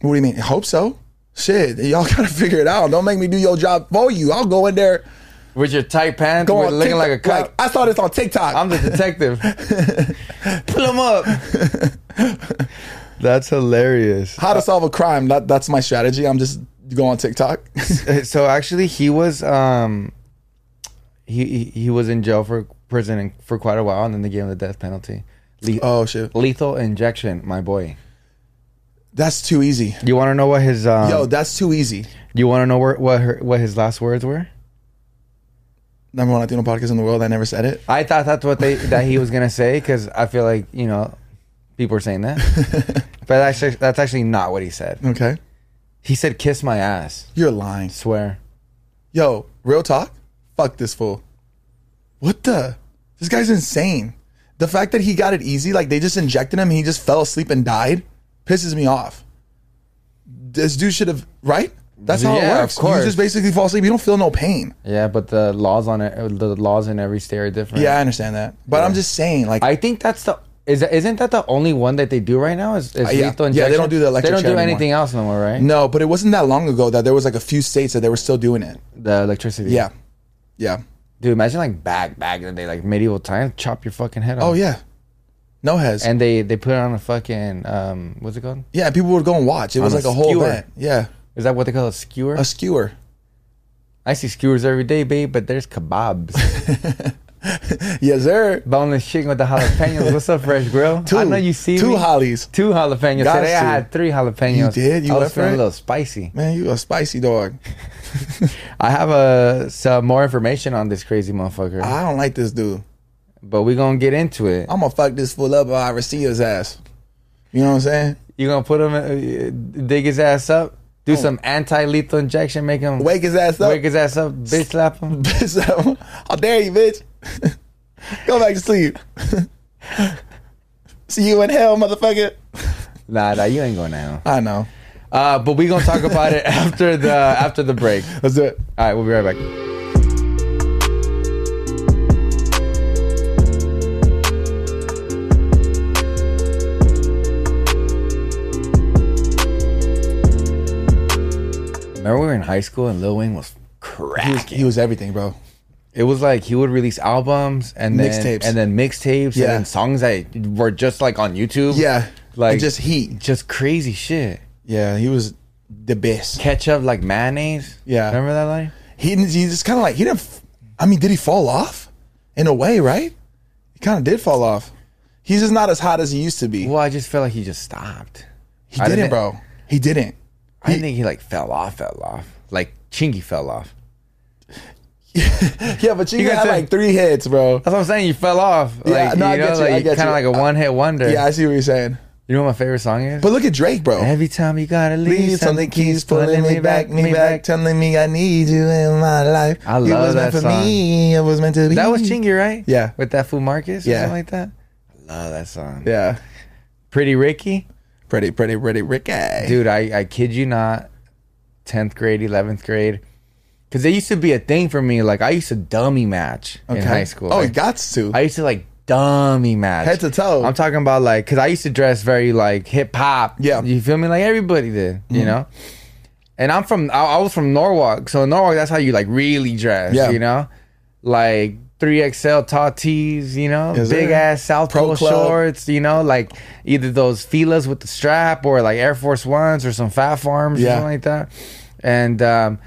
Speaker 2: what do you mean? I hope so. Shit, y'all gotta figure it out. Don't make me do your job for you. I'll go in there,
Speaker 1: With your tight pants,
Speaker 2: go
Speaker 1: with
Speaker 2: on
Speaker 1: looking
Speaker 2: TikTok.
Speaker 1: like a cop.
Speaker 2: I saw this on TikTok.
Speaker 1: I'm the detective. Pull him up. That's hilarious.
Speaker 2: How to solve a crime? That, that's my strategy. I'm just go on TikTok.
Speaker 1: So actually, he was um, he he- he was in jail for prison and- for quite a while, and then they gave him the death penalty. Le-
Speaker 2: oh shit,
Speaker 1: Lethal injection, my boy.
Speaker 2: that's too easy.
Speaker 1: You want to know what his um,
Speaker 2: Yo, that's too easy.
Speaker 1: you want to know where, what her, what his last words were?
Speaker 2: Number one Latino podcast in the world. I never said it.
Speaker 1: I thought that's what they that he was gonna say because I feel like you know people are saying that, but actually that's actually not what he said.
Speaker 2: Okay,
Speaker 1: He said, "Kiss my ass."
Speaker 2: you're lying.
Speaker 1: Swear.
Speaker 2: Yo, real talk. Fuck this fool. What the? This guy's insane. The fact that he got it easy, like they just injected him, and he just fell asleep and died, pisses me off. This dude should have right. That's how
Speaker 1: Yeah, of
Speaker 2: it works.
Speaker 1: course.
Speaker 2: You just basically fall asleep. You don't feel no pain.
Speaker 1: Yeah, but the laws on it, the laws in every state are different.
Speaker 2: Yeah, I understand that, but I'm just saying, like,
Speaker 1: I think that's the is that, isn't that the only one that they do right now? Is, is
Speaker 2: Uh,
Speaker 1: lethal
Speaker 2: yeah. Yeah, they
Speaker 1: injection?
Speaker 2: don't do the electric Mm.
Speaker 1: They don't
Speaker 2: chair
Speaker 1: do
Speaker 2: anymore.
Speaker 1: anything else no more, right?
Speaker 2: no. But it wasn't that long ago that there was like a few states that they were still doing it.
Speaker 1: The electricity.
Speaker 2: Yeah, yeah.
Speaker 1: dude, imagine like back back in the day, like medieval time, chop your fucking head off.
Speaker 2: Oh yeah, no has.
Speaker 1: And they they put it on a fucking um, what's it called?
Speaker 2: yeah, people would go and watch. It was
Speaker 1: a
Speaker 2: like a, whole
Speaker 1: skewer.
Speaker 2: event. Yeah,
Speaker 1: Is that what they call a skewer?
Speaker 2: a skewer.
Speaker 1: I see skewers every day, babe, but there's kebabs.
Speaker 2: Yes, sir.
Speaker 1: Boneless chicken with the jalapenos. What's up, fresh grill? I know you see me.
Speaker 2: two hollies.
Speaker 1: two jalapenos.
Speaker 2: Got
Speaker 1: Today I
Speaker 2: to.
Speaker 1: had three jalapenos.
Speaker 2: You did? You
Speaker 1: I
Speaker 2: went
Speaker 1: was
Speaker 2: for
Speaker 1: feeling
Speaker 2: it?
Speaker 1: a little spicy.
Speaker 2: Man, you a spicy dog.
Speaker 1: I have uh, some more information on this crazy motherfucker,
Speaker 2: I don't like this dude.
Speaker 1: but we're gonna get into it.
Speaker 2: I'm gonna fuck this fool up or I receive his ass. You know what I'm saying?
Speaker 1: You gonna put him, in- uh, dig his ass up, do some anti-lethal injection, make him wake,
Speaker 2: Oh. Wake his ass up.
Speaker 1: his ass up, bitch slap him.
Speaker 2: so, how dare you, bitch? Go back to sleep. See you in hell, motherfucker.
Speaker 1: Nah, nah, you ain't going now.
Speaker 2: I know.
Speaker 1: Uh, but we gonna talk about it after the after the break.
Speaker 2: That's it.
Speaker 1: All right, we'll be right back. Remember we were in high school and Lil Wayne was
Speaker 2: He was,
Speaker 1: cracking.
Speaker 2: he was everything, bro.
Speaker 1: It was like he would release albums and then
Speaker 2: Mixtapes.
Speaker 1: and then mixtapes
Speaker 2: Yeah.
Speaker 1: and then songs that were just like on YouTube.
Speaker 2: Yeah.
Speaker 1: Like-
Speaker 2: Like just heat.
Speaker 1: Just crazy shit.
Speaker 2: Yeah, he was the best.
Speaker 1: Ketchup like mayonnaise.
Speaker 2: Yeah.
Speaker 1: Remember that line?
Speaker 2: He didn't, he just kind of like he didn't. f- I mean, did he fall off? In a way, right? He kind of did fall off. He's just not as hot as he used to be.
Speaker 1: Well, I just felt like he just stopped.
Speaker 2: He
Speaker 1: I
Speaker 2: didn't,
Speaker 1: didn't-
Speaker 2: bro. He didn't.
Speaker 1: I didn't think he like fell off, fell off. Like Chingy fell off.
Speaker 2: Yeah, but you
Speaker 1: got
Speaker 2: had
Speaker 1: to-
Speaker 2: like three hits, bro.
Speaker 1: That's what I'm saying. You fell off.
Speaker 2: Yeah,
Speaker 1: like,
Speaker 2: no,
Speaker 1: you
Speaker 2: I get you, I
Speaker 1: like
Speaker 2: get
Speaker 1: kind of
Speaker 2: you.
Speaker 1: like a one hit wonder.
Speaker 2: Yeah, I see what you're saying.
Speaker 1: You know what my favorite song is?
Speaker 2: But look at Drake, bro.
Speaker 1: Every time you gotta leave,
Speaker 2: Leave something keeps pulling me back, me back, telling me I need you in my life.
Speaker 1: I
Speaker 2: it
Speaker 1: love
Speaker 2: was meant
Speaker 1: that
Speaker 2: for
Speaker 1: song.
Speaker 2: me. It was meant to be.
Speaker 1: That was Chingy, right?
Speaker 2: Yeah.
Speaker 1: With that fool Marcus or
Speaker 2: Yeah.
Speaker 1: something like that. I love that song.
Speaker 2: Yeah,
Speaker 1: Pretty Ricky.
Speaker 2: pretty, pretty, pretty Ricky.
Speaker 1: dude I, I kid you not 10th grade 11th grade because they used to be a thing for me like i used to dummy match in high school
Speaker 2: Oh,
Speaker 1: Like,
Speaker 2: he got to.
Speaker 1: i used to like dummy match
Speaker 2: Head to toe.
Speaker 1: i'm talking about like because i used to dress very like hip-hop
Speaker 2: Yeah. Mm-hmm.
Speaker 1: you feel me like everybody did you know and i'm from I, I was from norwalk so in norwalk that's how you like really dress
Speaker 2: Yeah.
Speaker 1: you know like 3XL tall tees, you know,
Speaker 2: Yes,
Speaker 1: big
Speaker 2: sir.
Speaker 1: ass South
Speaker 2: Pro
Speaker 1: Pole
Speaker 2: Club.
Speaker 1: shorts, you know, like either those Filas with the strap or like Air Force Ones or some Fat Farms
Speaker 2: Yeah.
Speaker 1: or something like that. And, um,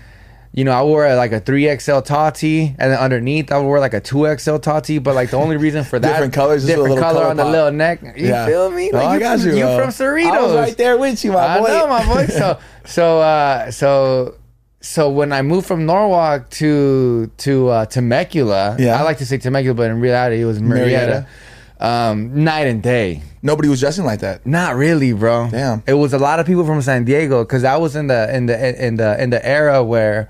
Speaker 1: you know, I wore uh, like a 3XL tall tee and then underneath I would wear like a 2XL tall tee, but like the only reason for that
Speaker 2: Different colors, just a
Speaker 1: different
Speaker 2: little
Speaker 1: color,
Speaker 2: color
Speaker 1: on the
Speaker 2: pop.
Speaker 1: little neck. You
Speaker 2: Yeah.
Speaker 1: feel me?
Speaker 2: Oh,
Speaker 1: Like,
Speaker 2: I
Speaker 1: you
Speaker 2: got
Speaker 1: from,
Speaker 2: you.
Speaker 1: you
Speaker 2: bro.
Speaker 1: from Cerritos.
Speaker 2: I was right there with you, my
Speaker 1: I
Speaker 2: boy.
Speaker 1: know, my boy. So, so, uh, so, so when I moved from Norwalk to to uh, Temecula,
Speaker 2: Yeah.
Speaker 1: I like to say Temecula, but in reality it was Marietta. Um, night and day,
Speaker 2: Nobody was dressing like that.
Speaker 1: not really, bro.
Speaker 2: Damn.
Speaker 1: it was a lot of people from San Diego because I was in the in the in the in the era where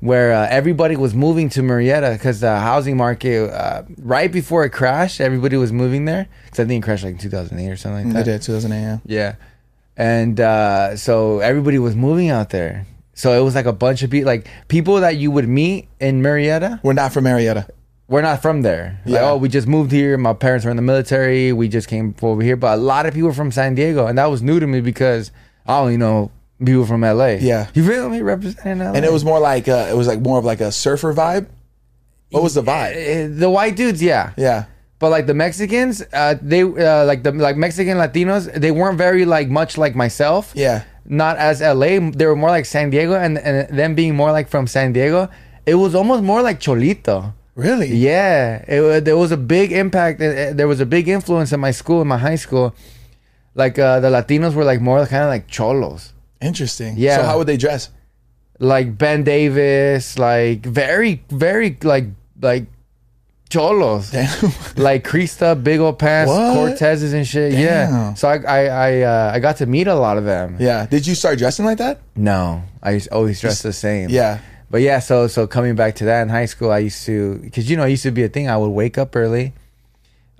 Speaker 1: where uh, everybody was moving to Marietta because the housing market uh, right before it crashed, everybody was moving there because I think it crashed like in 2008 or something like
Speaker 2: They
Speaker 1: that.
Speaker 2: Mm, did 2000 a.m.
Speaker 1: Yeah. And uh, so everybody was moving out there. So it was like a bunch of people, like people that you would meet in Marietta
Speaker 2: We're not from Marietta.
Speaker 1: we're not from there. Like,
Speaker 2: Yeah.
Speaker 1: oh, we just moved here. My parents were in the military. We just came over here. But a lot of people from San Diego, and that was new to me because I only know people from LA.
Speaker 2: Yeah.
Speaker 1: you feel me representing LA.
Speaker 2: And it was more like uh, it was like more of like a surfer vibe. What was the vibe?
Speaker 1: Eh, the white dudes, yeah,
Speaker 2: Yeah.
Speaker 1: But like the Mexicans, uh, they uh, like the like Mexican Latinos, they weren't very like much like myself.
Speaker 2: Yeah.
Speaker 1: Not as LA. They were more like San Diego, and and them being more like from San Diego, it was almost more like cholito.
Speaker 2: Really?
Speaker 1: Yeah, it, wa- there was a big impact. uh, uh, There was a big influence in my school, in my high school. Like uh, the Latinos were like more kind of like cholos,
Speaker 2: Interesting.
Speaker 1: Yeah.
Speaker 2: So how would they dress?
Speaker 1: like Ben Davis, like very, very like like cholos,
Speaker 2: Damn.
Speaker 1: like creased up, big old pants,
Speaker 2: What?
Speaker 1: Cortezes and shit. Yeah.
Speaker 2: Damn.
Speaker 1: So I I I, uh, I got to meet a lot of them.
Speaker 2: yeah. Did you start dressing like that?
Speaker 1: No, I used- always dressed the same.
Speaker 2: Yeah.
Speaker 1: But yeah, so so coming back to that in high school, I used to because you know it used to be a thing. I would wake up early.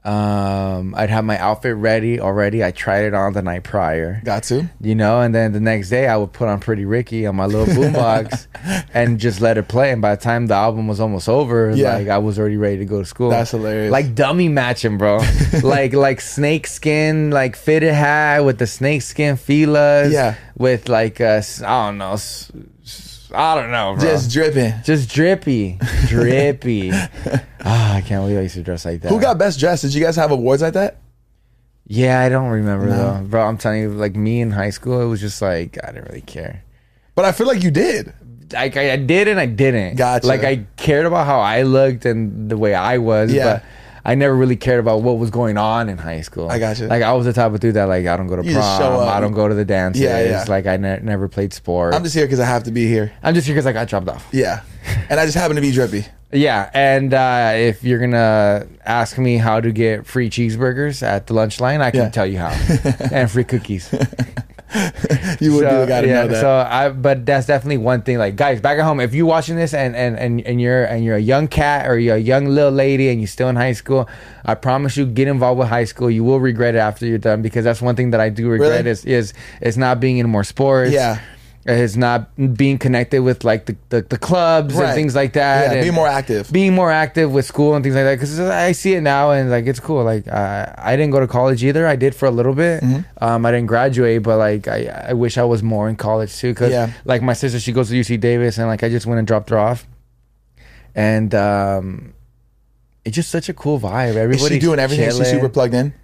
Speaker 1: Um, I'd have my outfit ready already. I tried it on the night prior,
Speaker 2: Got to.
Speaker 1: you know, and then the next day I would put on Pretty Ricky on my little boombox and just let it play. And by the time the album was almost over,
Speaker 2: Yeah.
Speaker 1: like I was already ready to go to school.
Speaker 2: That's hilarious.
Speaker 1: Like dummy matching, bro. like like snake skin, like fitted hat with the snake skin feelers.
Speaker 2: Yeah.
Speaker 1: With like uh, s- I don't know, s- s- I don't know, bro.
Speaker 2: Just dripping.
Speaker 1: Just drippy, drippy. Ah, I can't believe I used to dress like that.
Speaker 2: Who got best dressed? Did you guys have awards like that?
Speaker 1: Yeah, I don't remember though, bro. I'm telling you, like me in high school, it was just like I didn't really care.
Speaker 2: But I feel like you did.
Speaker 1: Like I, I did and I didn't.
Speaker 2: Gotcha.
Speaker 1: Like I cared about how I looked and the way I was,
Speaker 2: Yeah.
Speaker 1: but I never really cared about what was going on in high school.
Speaker 2: I gotcha.
Speaker 1: Like I was the type of dude that like I don't go to
Speaker 2: You
Speaker 1: prom,
Speaker 2: just show up.
Speaker 1: I don't go to the dances.
Speaker 2: Yeah, yeah.
Speaker 1: Like I ne- never played sports.
Speaker 2: I'm just here because I have to be here.
Speaker 1: I'm just here because I got dropped off.
Speaker 2: Yeah. And I just happen to be drippy.
Speaker 1: Yeah, and uh, if you're gonna ask me how to get free cheeseburgers at the lunch line, I can
Speaker 2: Yeah.
Speaker 1: tell you how, and free cookies.
Speaker 2: You would
Speaker 1: So,
Speaker 2: do gotta
Speaker 1: yeah,
Speaker 2: know that.
Speaker 1: so I, but that's definitely one thing. Like, guys, back at home, if you're watching this and and and, and you're and you're a young cat or you're a young little lady and you're still in high school, I promise you, get involved with high school. You will regret it after you're done because that's one thing that I do regret
Speaker 2: Really?
Speaker 1: is is is not being in more sports.
Speaker 2: Yeah.
Speaker 1: Is not being connected with like the, the, the clubs and
Speaker 2: Right.
Speaker 1: things like that.
Speaker 2: yeah,
Speaker 1: and-
Speaker 2: be more active.
Speaker 1: being more active with school and things like that because I see it now and like it's cool. Like I I didn't go to college either. I did for a little bit.
Speaker 2: Mm-hmm.
Speaker 1: Um, I didn't graduate, but like I, I wish I was more in college too. Cause
Speaker 2: Yeah.
Speaker 1: like my sister, she goes to UC Davis, and like I just went and dropped her off, and um, it's just such a cool vibe.
Speaker 2: Is
Speaker 1: Everybody
Speaker 2: she doing everything? She's super plugged in.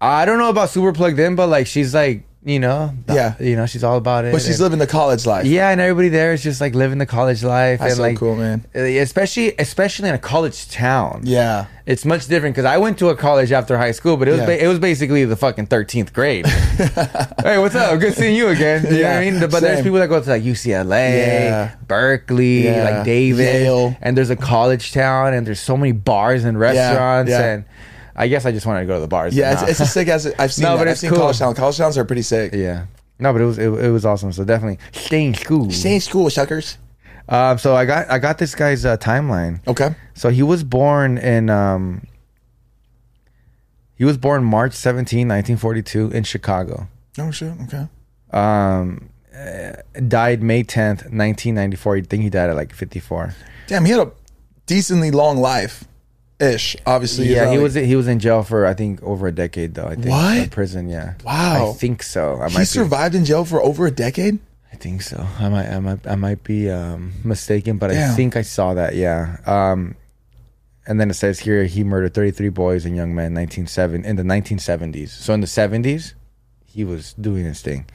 Speaker 1: I don't know about super plugged in, but like she's like you know the-
Speaker 2: Yeah.
Speaker 1: you know she's all about it.
Speaker 2: But she's
Speaker 1: and,
Speaker 2: living the college life.
Speaker 1: yeah, and everybody there is just like living the college life
Speaker 2: That's
Speaker 1: and
Speaker 2: so
Speaker 1: like eh,
Speaker 2: cool, man.
Speaker 1: especially especially in a college town
Speaker 2: Yeah.
Speaker 1: it's much different because I went to a college after high school, but it was
Speaker 2: Yeah.
Speaker 1: ba- it was basically the fucking thirteenth grade. hey, what's up? Good seeing you again. You know what I
Speaker 2: Yeah,
Speaker 1: mean? But there's
Speaker 2: same.
Speaker 1: people that go to like UCLA,
Speaker 2: Yeah.
Speaker 1: Berkeley,
Speaker 2: Yeah.
Speaker 1: like Davis,
Speaker 2: Yale.
Speaker 1: and there's a college town, and there's so many bars and restaurants,
Speaker 2: yeah.
Speaker 1: and I guess I just wanted to go to the bars.
Speaker 2: Yeah,
Speaker 1: but
Speaker 2: it's,
Speaker 1: nah.
Speaker 2: it's as sick as I've seen.
Speaker 1: No,
Speaker 2: No,
Speaker 1: but
Speaker 2: I've
Speaker 1: it's
Speaker 2: seen
Speaker 1: cool.
Speaker 2: college towns. College towns are pretty sick.
Speaker 1: yeah. No, but it was it, it was awesome. So definitely stay in school.
Speaker 2: Stay in school, suckers.
Speaker 1: Um, so I got I got this guy's uh, timeline.
Speaker 2: Okay.
Speaker 1: So he was born in um he was born March 17, 1942 in Chicago.
Speaker 2: Oh shit. Okay.
Speaker 1: Um uh, died May 10th, 1994. I think he died at like 54.
Speaker 2: Damn, he had a decently long life, ish. Obviously. he's
Speaker 1: yeah,
Speaker 2: not
Speaker 1: he
Speaker 2: like-
Speaker 1: was he was in jail for I think over a decade though, I think.
Speaker 2: What?
Speaker 1: In prison, yeah.
Speaker 2: Wow.
Speaker 1: I think so. I
Speaker 2: He
Speaker 1: might be,
Speaker 2: survived in jail for over a decade.
Speaker 1: I think so. I might I might I might be um mistaken, but I
Speaker 2: Damn.
Speaker 1: think I saw that, yeah. Um and then it says here he murdered 33 boys and young men 1970 in the 1970s. So in the 70s, he was doing his thing.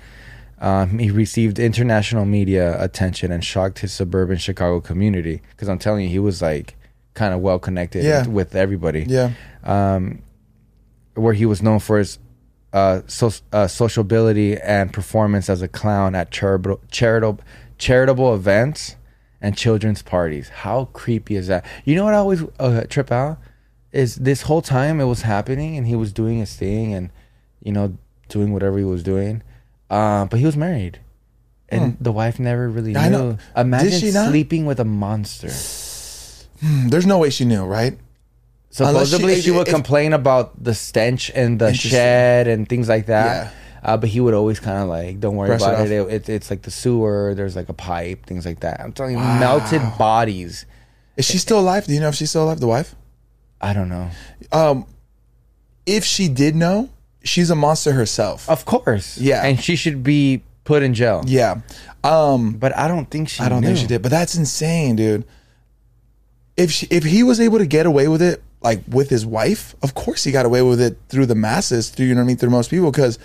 Speaker 1: Um, he received international media attention and shocked his suburban Chicago community because I'm telling you, he was like kind of well connected
Speaker 2: Yeah.
Speaker 1: with, with everybody.
Speaker 2: Yeah.
Speaker 1: Um, where he was known for his uh, so, uh, sociability and performance as a clown at charitable, charitable charitable events and children's parties. How creepy is that? You know what I always uh, trip out is this whole time it was happening and he was doing his thing and you know doing whatever he was doing, uh, but he was married. And the wife never really knew.
Speaker 2: I know. Did she
Speaker 1: Imagine
Speaker 2: not?
Speaker 1: sleeping with a monster.
Speaker 2: Hmm, There's no way she knew, right? Unless she-
Speaker 1: Supposedly, she,
Speaker 2: it-
Speaker 1: would
Speaker 2: it-
Speaker 1: complain about the stench in the
Speaker 2: Interesting.
Speaker 1: shed and things like that.
Speaker 2: Yeah.
Speaker 1: Uh, but he would always kind of like, don't worry
Speaker 2: Brush it
Speaker 1: about
Speaker 2: off.
Speaker 1: it. It, it. It's like the sewer. There's like a pipe, things like that. I'm telling you, melted bodies
Speaker 2: Is she still alive? Do you know if she's still alive? The wife?
Speaker 1: I don't know.
Speaker 2: Um, if she did know, she's a monster herself.
Speaker 1: Of course.
Speaker 2: Yeah.
Speaker 1: And she should be put in jail.
Speaker 2: Yeah. Um,
Speaker 1: But I don't think she.
Speaker 2: I don't think she did, but that's insane, dude. If she, if he was able to get away with it, like with his wife, of course he got away with it through the masses, through you know what I mean, through most people, because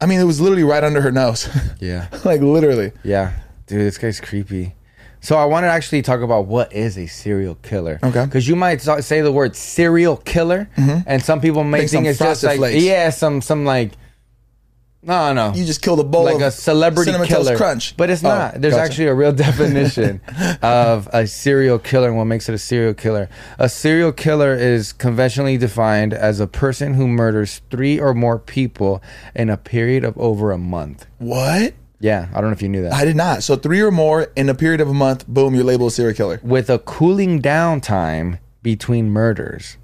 Speaker 2: I mean it was literally right under her nose,
Speaker 1: Yeah.
Speaker 2: like literally.
Speaker 1: Yeah, dude, this guy's creepy. So I want to actually talk about what is a serial killer.
Speaker 2: Okay. Mm-hmm.
Speaker 1: Because you might so- say the word serial killer, and some people may
Speaker 2: Think
Speaker 1: think,
Speaker 2: some
Speaker 1: it's just
Speaker 2: Frosted
Speaker 1: like
Speaker 2: Flakes.
Speaker 1: yeah, some some like no, no,
Speaker 2: You just killed a bowl
Speaker 1: like
Speaker 2: of
Speaker 1: a celebrity
Speaker 2: Cinnamon Toast
Speaker 1: killer.
Speaker 2: Crunch,
Speaker 1: But it's
Speaker 2: Oh,
Speaker 1: not. There's
Speaker 2: gotcha.
Speaker 1: actually a real definition of a serial killer and what makes it a serial killer. A serial killer is conventionally defined as a person who murders three or more people in a period of over a month.
Speaker 2: what?
Speaker 1: Yeah, I don't know if you knew that.
Speaker 2: I did not. So three or more in a period of a month, boom, you're labeled a serial killer.
Speaker 1: with a cooling down time between murders.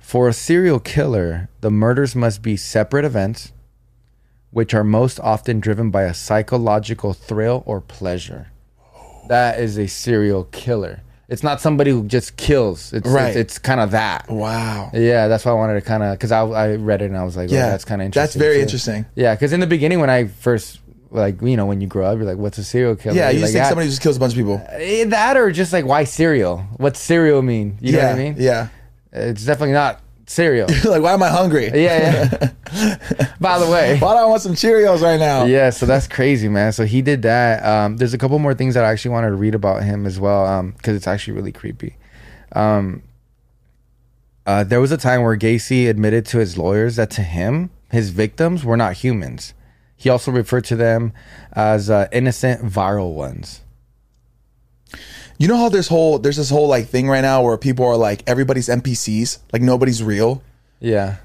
Speaker 1: For a serial killer, the murders must be separate events, which are most often driven by a psychological thrill or pleasure. That is a serial killer. It's not somebody who just kills. It's
Speaker 2: Right.
Speaker 1: it's, it's kind of that.
Speaker 2: Wow.
Speaker 1: Yeah, that's why I wanted to kind of because I, I read it and I was like, yeah,
Speaker 2: Yeah,
Speaker 1: that's kind of interesting.
Speaker 2: That's very
Speaker 1: too.
Speaker 2: interesting.
Speaker 1: Yeah, because in the beginning when I first like you know when you grow up you're like, what's a serial killer?
Speaker 2: Yeah,
Speaker 1: You're
Speaker 2: you just
Speaker 1: like,
Speaker 2: think
Speaker 1: "Ah,
Speaker 2: somebody just kills a bunch of people.
Speaker 1: Eh, that or just like why cereal? What's cereal mean? You
Speaker 2: yeah,
Speaker 1: know what I mean?
Speaker 2: yeah.
Speaker 1: It's definitely not cereal. yeah,
Speaker 2: like, why am I hungry?
Speaker 1: yeah. By the way.
Speaker 2: Why do I want some Cheerios right now?
Speaker 1: Yeah, so that's crazy, man. So he did that. Um, there's a couple more things that I actually wanted to read about him as well, because it's actually really creepy. Um, uh, there was a time where Gacy admitted to his lawyers that to him, his victims were not humans. He also referred to them as uh, innocent viral ones.
Speaker 2: You know how there's whole there's this whole like thing right now where people are like everybody's NPCs, like nobody's real.
Speaker 1: Yeah.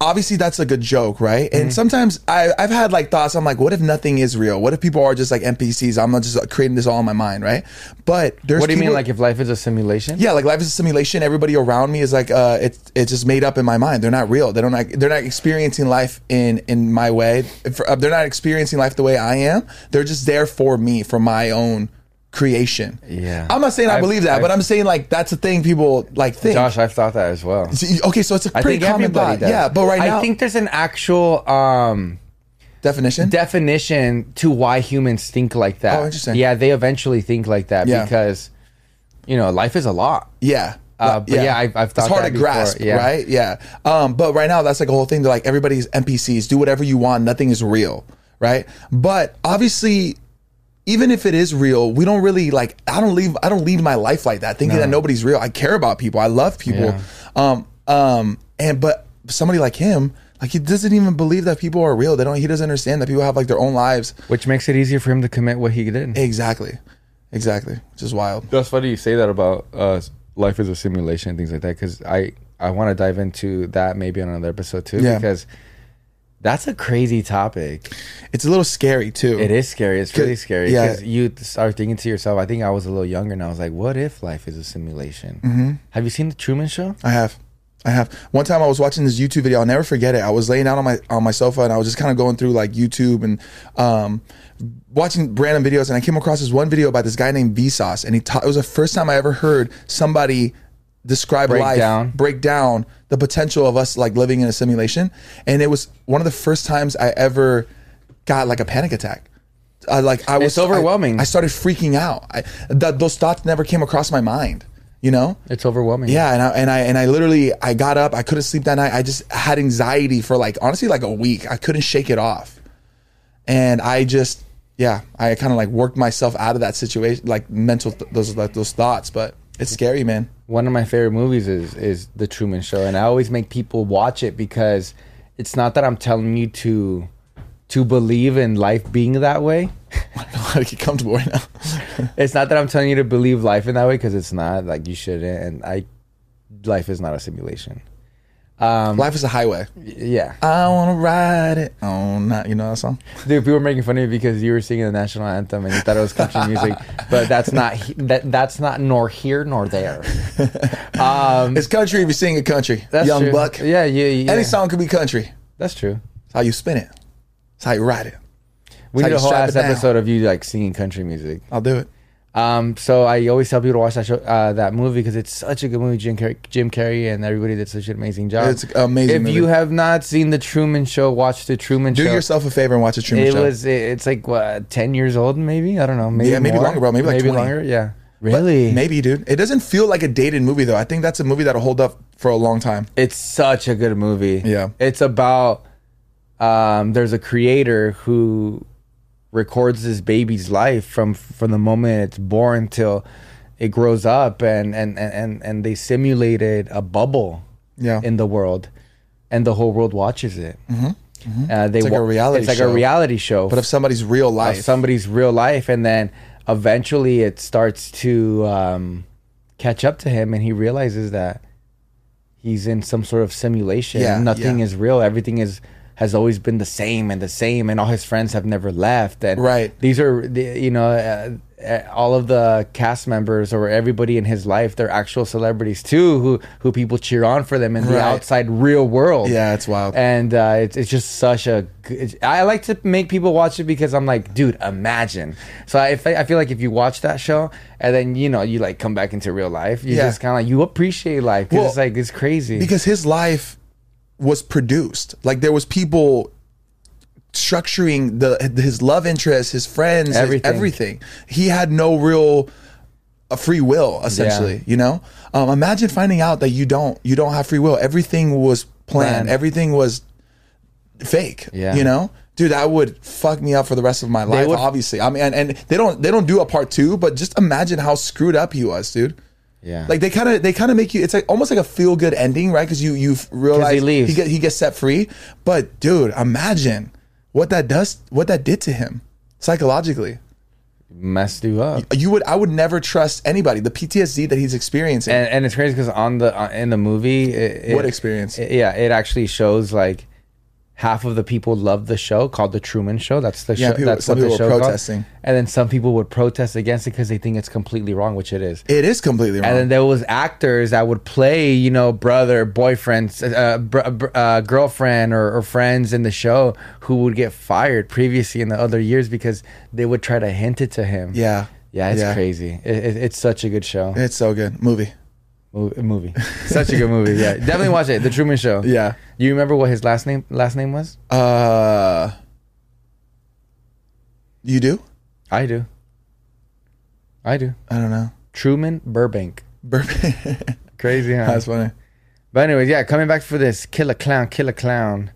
Speaker 2: Obviously, that's like a joke, right?
Speaker 1: Mm-hmm.
Speaker 2: And sometimes I, I've had like thoughts. I'm like, what if nothing is real? What if people are just like NPCs? I'm not just uh, creating this all in my mind, right? But there's
Speaker 1: What do you mean?
Speaker 2: people-
Speaker 1: Like if life is a simulation?
Speaker 2: yeah, like life is a simulation. Everybody around me is like, uh, it's it's just made up in my mind. They're not real. They don't. like- They're not experiencing life in in my way. If- uh, They're not experiencing life the way I am. They're just there for me for my own creation.
Speaker 1: Yeah.
Speaker 2: I'm not saying I
Speaker 1: I've-
Speaker 2: believe that,
Speaker 1: I've-
Speaker 2: but I'm saying like that's a thing people like think.
Speaker 1: Josh, I've thought that as well.
Speaker 2: See, Okay, so it's a
Speaker 1: I
Speaker 2: pretty
Speaker 1: think
Speaker 2: common
Speaker 1: everybody
Speaker 2: thought.
Speaker 1: does.
Speaker 2: Yeah, but right now
Speaker 1: I think there's an actual um,
Speaker 2: definition.
Speaker 1: definition to why humans think like that.
Speaker 2: Oh, interesting.
Speaker 1: Yeah, they eventually think like that
Speaker 2: Yeah.
Speaker 1: because you know life is a lot.
Speaker 2: yeah.
Speaker 1: Uh, but yeah, I've- I've thought
Speaker 2: it's hard
Speaker 1: that
Speaker 2: to
Speaker 1: before,
Speaker 2: grasp,
Speaker 1: yeah.
Speaker 2: right? Yeah. Um, but right now, that's like a whole thing. They're like everybody's NPCs. Do whatever you want. Nothing is real, right? But obviously, even if it is real, we don't really like. I don't leave. I don't lead my life like that, thinking that nobody's real. I care about people. I love people.
Speaker 1: Yeah.
Speaker 2: Um, um, and but somebody like him, like he doesn't even believe that people are real. They don't. He doesn't understand that people have like their own lives.
Speaker 1: Which makes it easier for him to commit what he did.
Speaker 2: Exactly. Exactly. Which is wild.
Speaker 1: That's funny you say that about uh, life is a simulation and things like that because I I want to dive into that maybe on another episode too
Speaker 2: Yeah.
Speaker 1: because that's a crazy topic.
Speaker 2: It's a little scary too.
Speaker 1: It is scary. It's really
Speaker 2: Cause-
Speaker 1: scary
Speaker 2: yeah.
Speaker 1: because you start thinking to yourself. I think I was a little younger, and I was like, "What if life is a simulation?" Mm-hmm. Have you seen the Truman Show?
Speaker 2: I have. I have. One time I was watching this YouTube video. I'll never forget it. I was laying out on my on my sofa and I was just kind of going through like YouTube and um, watching random videos. And I came across this one video by this guy named Vsauce, and he taught. It was the first time I ever heard somebody describe
Speaker 1: Break
Speaker 2: life,
Speaker 1: down.
Speaker 2: break down the potential of us like living in a simulation. And it was one of the first times I ever got like a panic attack. I like I was
Speaker 1: It's overwhelming.
Speaker 2: I, I started freaking out. I, that those thoughts never came across my mind. You know,
Speaker 1: It's overwhelming.
Speaker 2: yeah, and I, and I and I literally I got up. I couldn't sleep that night. I just had anxiety for like honestly like a week. I couldn't shake it off, and I just yeah I kind of like worked myself out of that situation, like mental th- those like those thoughts. But it's scary, man.
Speaker 1: One of my favorite movies is is the Truman Show, and I always make people watch it because it's not that I'm telling you to to believe in life being that way.
Speaker 2: I don't know how to get comfortable right now.
Speaker 1: it's not that I'm telling you to believe life in that way because it's not. Like you shouldn't. And I, life is not a simulation. Um,
Speaker 2: Life is a highway.
Speaker 1: Y- Yeah.
Speaker 2: I wanna ride it on. Not you know that song.
Speaker 1: Dude, people were making fun of you because you were singing the national anthem and you thought it was country music, but that's not he- that that's not nor here nor there. Um,
Speaker 2: It's country if you sing a country.
Speaker 1: that's
Speaker 2: Young
Speaker 1: true.
Speaker 2: Buck.
Speaker 1: Yeah, yeah, yeah.
Speaker 2: Any song could be country.
Speaker 1: That's true.
Speaker 2: It's how you spin it. It's how you ride it.
Speaker 1: We
Speaker 2: That's how
Speaker 1: need
Speaker 2: you
Speaker 1: a whole
Speaker 2: strap
Speaker 1: ass
Speaker 2: it down.
Speaker 1: episode of you like singing country music.
Speaker 2: I'll do it.
Speaker 1: Um, so I always tell people to watch that show, uh, that movie because it's such a good movie. Jim Carrey, Jim Carrey and everybody did such an amazing job.
Speaker 2: It's an amazing
Speaker 1: Um, If
Speaker 2: movie.
Speaker 1: you have not seen the Truman Show, watch the Truman
Speaker 2: Do
Speaker 1: Show.
Speaker 2: yourself a favor and watch a Truman
Speaker 1: it
Speaker 2: Show.
Speaker 1: was it- it's like what, ten years old, maybe I don't know. Maybe
Speaker 2: Yeah, maybe
Speaker 1: more.
Speaker 2: longer, bro. Maybe like 20.
Speaker 1: longer. Yeah,
Speaker 2: But
Speaker 1: really.
Speaker 2: Maybe, dude. It doesn't feel like a dated movie though. I think that's a movie that'll hold up for a long time.
Speaker 1: it's such a good movie.
Speaker 2: Yeah.
Speaker 1: It's about um there's a creator who records this baby's life from from the moment it's born till it grows up and and and and, and they simulated a bubble
Speaker 2: Yeah.
Speaker 1: in the world and the whole world watches it. Mm-hmm. Uh, they
Speaker 2: like a
Speaker 1: wa-
Speaker 2: reality
Speaker 1: It's like
Speaker 2: show.
Speaker 1: a reality show
Speaker 2: but of somebody's real life.
Speaker 1: of somebody's real life and then eventually it starts to um, catch up to him and he realizes that he's in some sort of simulation
Speaker 2: Yeah,
Speaker 1: nothing
Speaker 2: yeah.
Speaker 1: is real everything is has always been the same and the same and all his friends have never left and
Speaker 2: Right.
Speaker 1: these are the- you know uh, uh, all of the cast members or everybody in his life they're actual celebrities too who who people cheer on for them in the
Speaker 2: Right.
Speaker 1: outside real world
Speaker 2: yeah, it's wild.
Speaker 1: and uh, it's, it's just such a good, i like to make people watch it because i'm like dude imagine so I, if I, I feel like if you watch that show and then you know you like come back into real life you
Speaker 2: Yeah.
Speaker 1: just kind of like you appreciate life because
Speaker 2: Well,
Speaker 1: it's like it's crazy
Speaker 2: because his life was produced. Like there was people structuring the his love interest, his friends, his
Speaker 1: Everything.
Speaker 2: everything. He had no real a free will essentially, you know? Um, imagine finding out that you don't you don't have free will. Everything was planned.
Speaker 1: Planned.
Speaker 2: Everything was fake.
Speaker 1: Yeah.
Speaker 2: You know? Dude, that would fuck me up for the rest of my life.
Speaker 1: would-
Speaker 2: obviously, I mean, and, and they don't they don't do a part two, but just imagine how screwed up he was, dude.
Speaker 1: yeah
Speaker 2: Like they kind of they kind of make you. It's like almost like a feel good ending, right? Because you you realize
Speaker 1: leaves.
Speaker 2: he get, he gets set free. But dude, imagine what that does, what that did to him psychologically.
Speaker 1: messed you up
Speaker 2: You would I would never trust anybody. The PTSD that he's experiencing.
Speaker 1: and, and it's crazy because on the uh, in the movie it, it-
Speaker 2: What experience?
Speaker 1: it- yeah it actually shows like half of the people loved the show called the truman show that's the
Speaker 2: Yeah,
Speaker 1: show
Speaker 2: people-
Speaker 1: that's
Speaker 2: some
Speaker 1: what the
Speaker 2: people
Speaker 1: show
Speaker 2: were
Speaker 1: called.
Speaker 2: protesting.
Speaker 1: and then some people would protest against it because they think it's completely wrong which it is
Speaker 2: it is completely wrong.
Speaker 1: and then there was actors that would play you know brother boyfriend uh, br- br- uh, girlfriend or, or friends in the show who would get fired previously in the other years because they would try to hint it to him
Speaker 2: yeah,
Speaker 1: yeah it's
Speaker 2: Yeah.
Speaker 1: crazy it, it, it's such a good show
Speaker 2: it's so good movie.
Speaker 1: Mo- movie such a good movie yeah definitely watch it the truman show
Speaker 2: Yeah.
Speaker 1: you remember what his last name last name was
Speaker 2: Uh, you do?
Speaker 1: i do i do
Speaker 2: I don't know.
Speaker 1: truman burbank
Speaker 2: Burbank.
Speaker 1: crazy huh
Speaker 2: That's funny.
Speaker 1: But anyways, yeah, coming back for this killer clown, killer clown.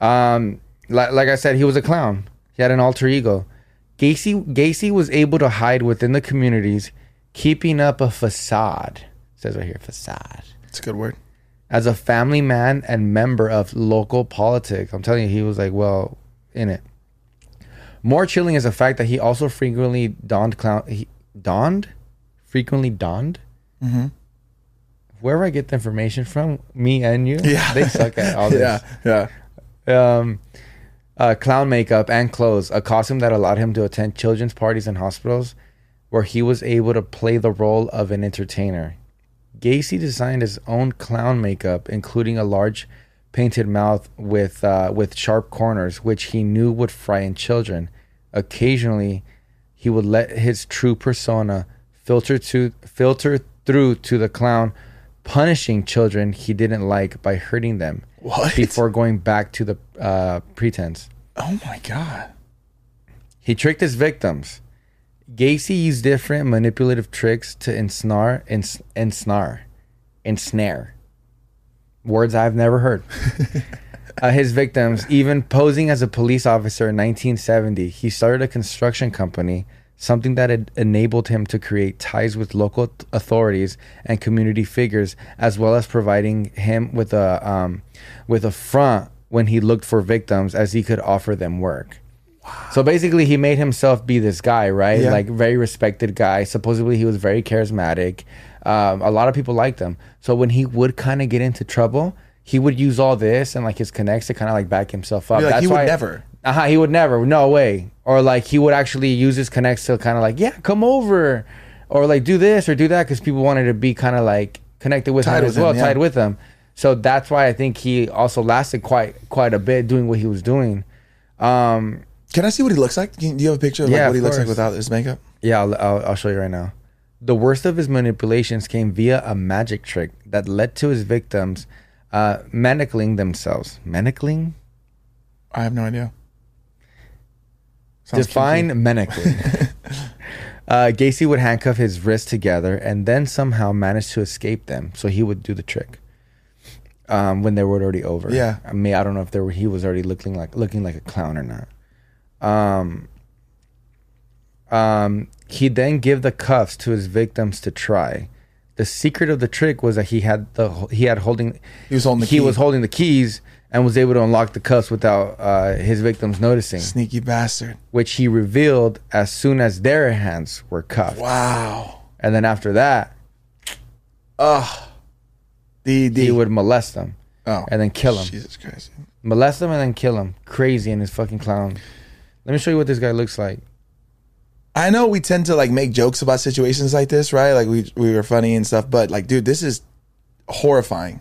Speaker 1: Um, like, like I said, he was a clown. He had an alter ego. Gacy Gacy was able to hide within the communities, keeping up a facade. It says right here, facade.
Speaker 2: It's a good word.
Speaker 1: As a family man and member of local politics, I'm telling you, he was like well in it. More chilling is the fact that he also frequently donned clown. He donned, frequently donned
Speaker 2: Mm-hmm.
Speaker 1: wherever I get the information from, me and you,
Speaker 2: Yeah.
Speaker 1: they suck at all
Speaker 2: Yeah,
Speaker 1: this.
Speaker 2: yeah.
Speaker 1: Um, uh, clown makeup and clothes, a costume that allowed him to attend children's parties and hospitals, where he was able to play the role of an entertainer. Gacy designed his own clown makeup, including a large painted mouth with uh, with sharp corners, which he knew would frighten children. Occasionally, he would let his true persona filter to filter through to the clown, punishing children he didn't like by hurting them
Speaker 2: What?
Speaker 1: before going back to the uh, pretense.
Speaker 2: Oh my god.
Speaker 1: He tricked his victims. Gacy used different manipulative tricks to ensnar, ens, ensnar, ensnare. Words I've never heard. uh, his victims, even posing as a police officer in 1970, he started a construction company, something that had enabled him to create ties with local th- authorities and community figures, as well as providing him with a um, with a front when he looked for victims, as he could offer them work. So basically, he made himself be this guy, right?
Speaker 2: Yeah.
Speaker 1: Like very respected guy. Supposedly, he was very charismatic. Um, a lot of people liked him. So when he would kind of get into trouble, he would use all this and like his connects to kind of like back himself up.
Speaker 2: Be like,
Speaker 1: That's
Speaker 2: he would
Speaker 1: why-
Speaker 2: never.
Speaker 1: Uh-huh, he would never. No way. Or like he would actually use his connects to kind of like, yeah, come over, or like do this or do that because people wanted to be kind of like connected with
Speaker 2: Tied
Speaker 1: him
Speaker 2: with
Speaker 1: as well,
Speaker 2: him, yeah.
Speaker 1: tied with him. So that's why I think he also lasted quite quite a bit doing what he was doing. Um,
Speaker 2: Can I see what he looks like? Can, do you have a picture of
Speaker 1: Yeah,
Speaker 2: like
Speaker 1: of
Speaker 2: what he looks like
Speaker 1: course.
Speaker 2: without his makeup?
Speaker 1: Yeah, I'll, I'll, I'll show you right now. The worst of his manipulations came via a magic trick that led to his victims uh, manacling themselves. Manacling?
Speaker 2: I have no idea. Sounds
Speaker 1: Define manacling. uh, Gacy would handcuff his wrists together and then somehow manage to escape them. So he would do the trick um, when they were already over.
Speaker 2: Yeah.
Speaker 1: I mean, I don't know if they were, he was already looking like looking like a clown or not. Um, um, he then give the cuffs to his victims to try. The secret of the trick was that he had the he had holding
Speaker 2: He was holding the
Speaker 1: he
Speaker 2: key.
Speaker 1: was holding the keys and was able to unlock the cuffs without uh, his victims noticing,
Speaker 2: Sneaky bastard.
Speaker 1: which he revealed as soon as their hands were cuffed.
Speaker 2: Wow.
Speaker 1: And then after that,
Speaker 2: Ugh. D
Speaker 1: he
Speaker 2: D.
Speaker 1: would molest them
Speaker 2: Oh.
Speaker 1: and then kill them.
Speaker 2: Jesus Christ.
Speaker 1: Molest them and then kill them. Crazy in his fucking clown. Let me show you what this guy looks like.
Speaker 2: I know we tend to like make jokes about situations like this, right? Like we we were funny and stuff, but like, dude, this is horrifying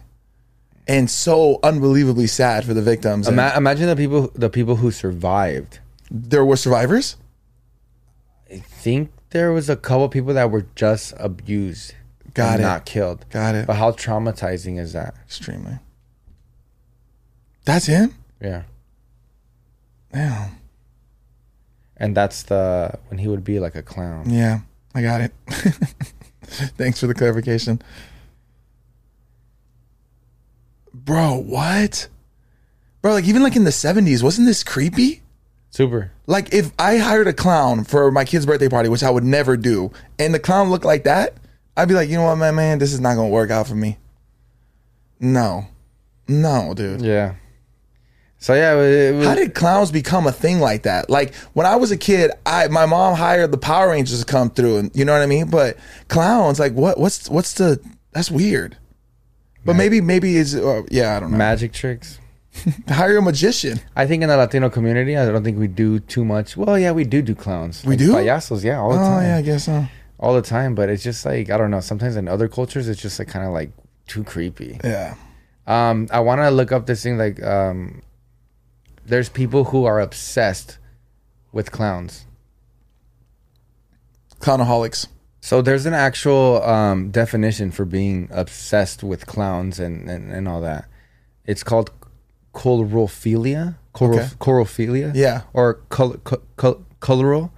Speaker 2: and so unbelievably sad for the victims. And
Speaker 1: Ima- imagine the people the people who survived.
Speaker 2: there were survivors.
Speaker 1: I think there was a couple people that were just abused,
Speaker 2: Got
Speaker 1: and
Speaker 2: it.
Speaker 1: not killed.
Speaker 2: Got it.
Speaker 1: But how traumatizing is that?
Speaker 2: Extremely. That's him.
Speaker 1: Yeah.
Speaker 2: Damn.
Speaker 1: And that's the when he would be like a clown.
Speaker 2: Yeah, I got it. Thanks for the clarification. Bro, what? Bro, like even like in the 70s, wasn't this creepy?
Speaker 1: Super.
Speaker 2: Like if I hired a clown for my kid's birthday party, which I would never do, and the clown looked like that, I'd be like, you know what, man, man, this is not gonna work out for me. No, no, dude.
Speaker 1: Yeah. So yeah, it, it was,
Speaker 2: How did clowns become a thing like that? Like when I was a kid, I my mom hired the Power Rangers to come through, and you know what I mean. But clowns, like what? What's what's the? That's weird. But maybe maybe is uh, yeah I don't know.
Speaker 1: magic tricks.
Speaker 2: Hire a magician.
Speaker 1: I think in the Latino community, I don't think we do too much. Well, yeah, we do do clowns. We
Speaker 2: do?
Speaker 1: payasos, yeah, all the
Speaker 2: Oh
Speaker 1: time,
Speaker 2: yeah, I guess so.
Speaker 1: all the time. But it's just like I don't know. Sometimes in other cultures, it's just like kind of like too creepy.
Speaker 2: Yeah,
Speaker 1: Um, I want to look up this thing. Like, um, there's people who are obsessed with clowns.
Speaker 2: clownaholics.
Speaker 1: So there's an actual um, definition for being obsessed with clowns and, and, and all that. It's called chorophilia. Choro-
Speaker 2: Okay.
Speaker 1: Chorophilia.
Speaker 2: Yeah.
Speaker 1: Or col- col- col- coloral.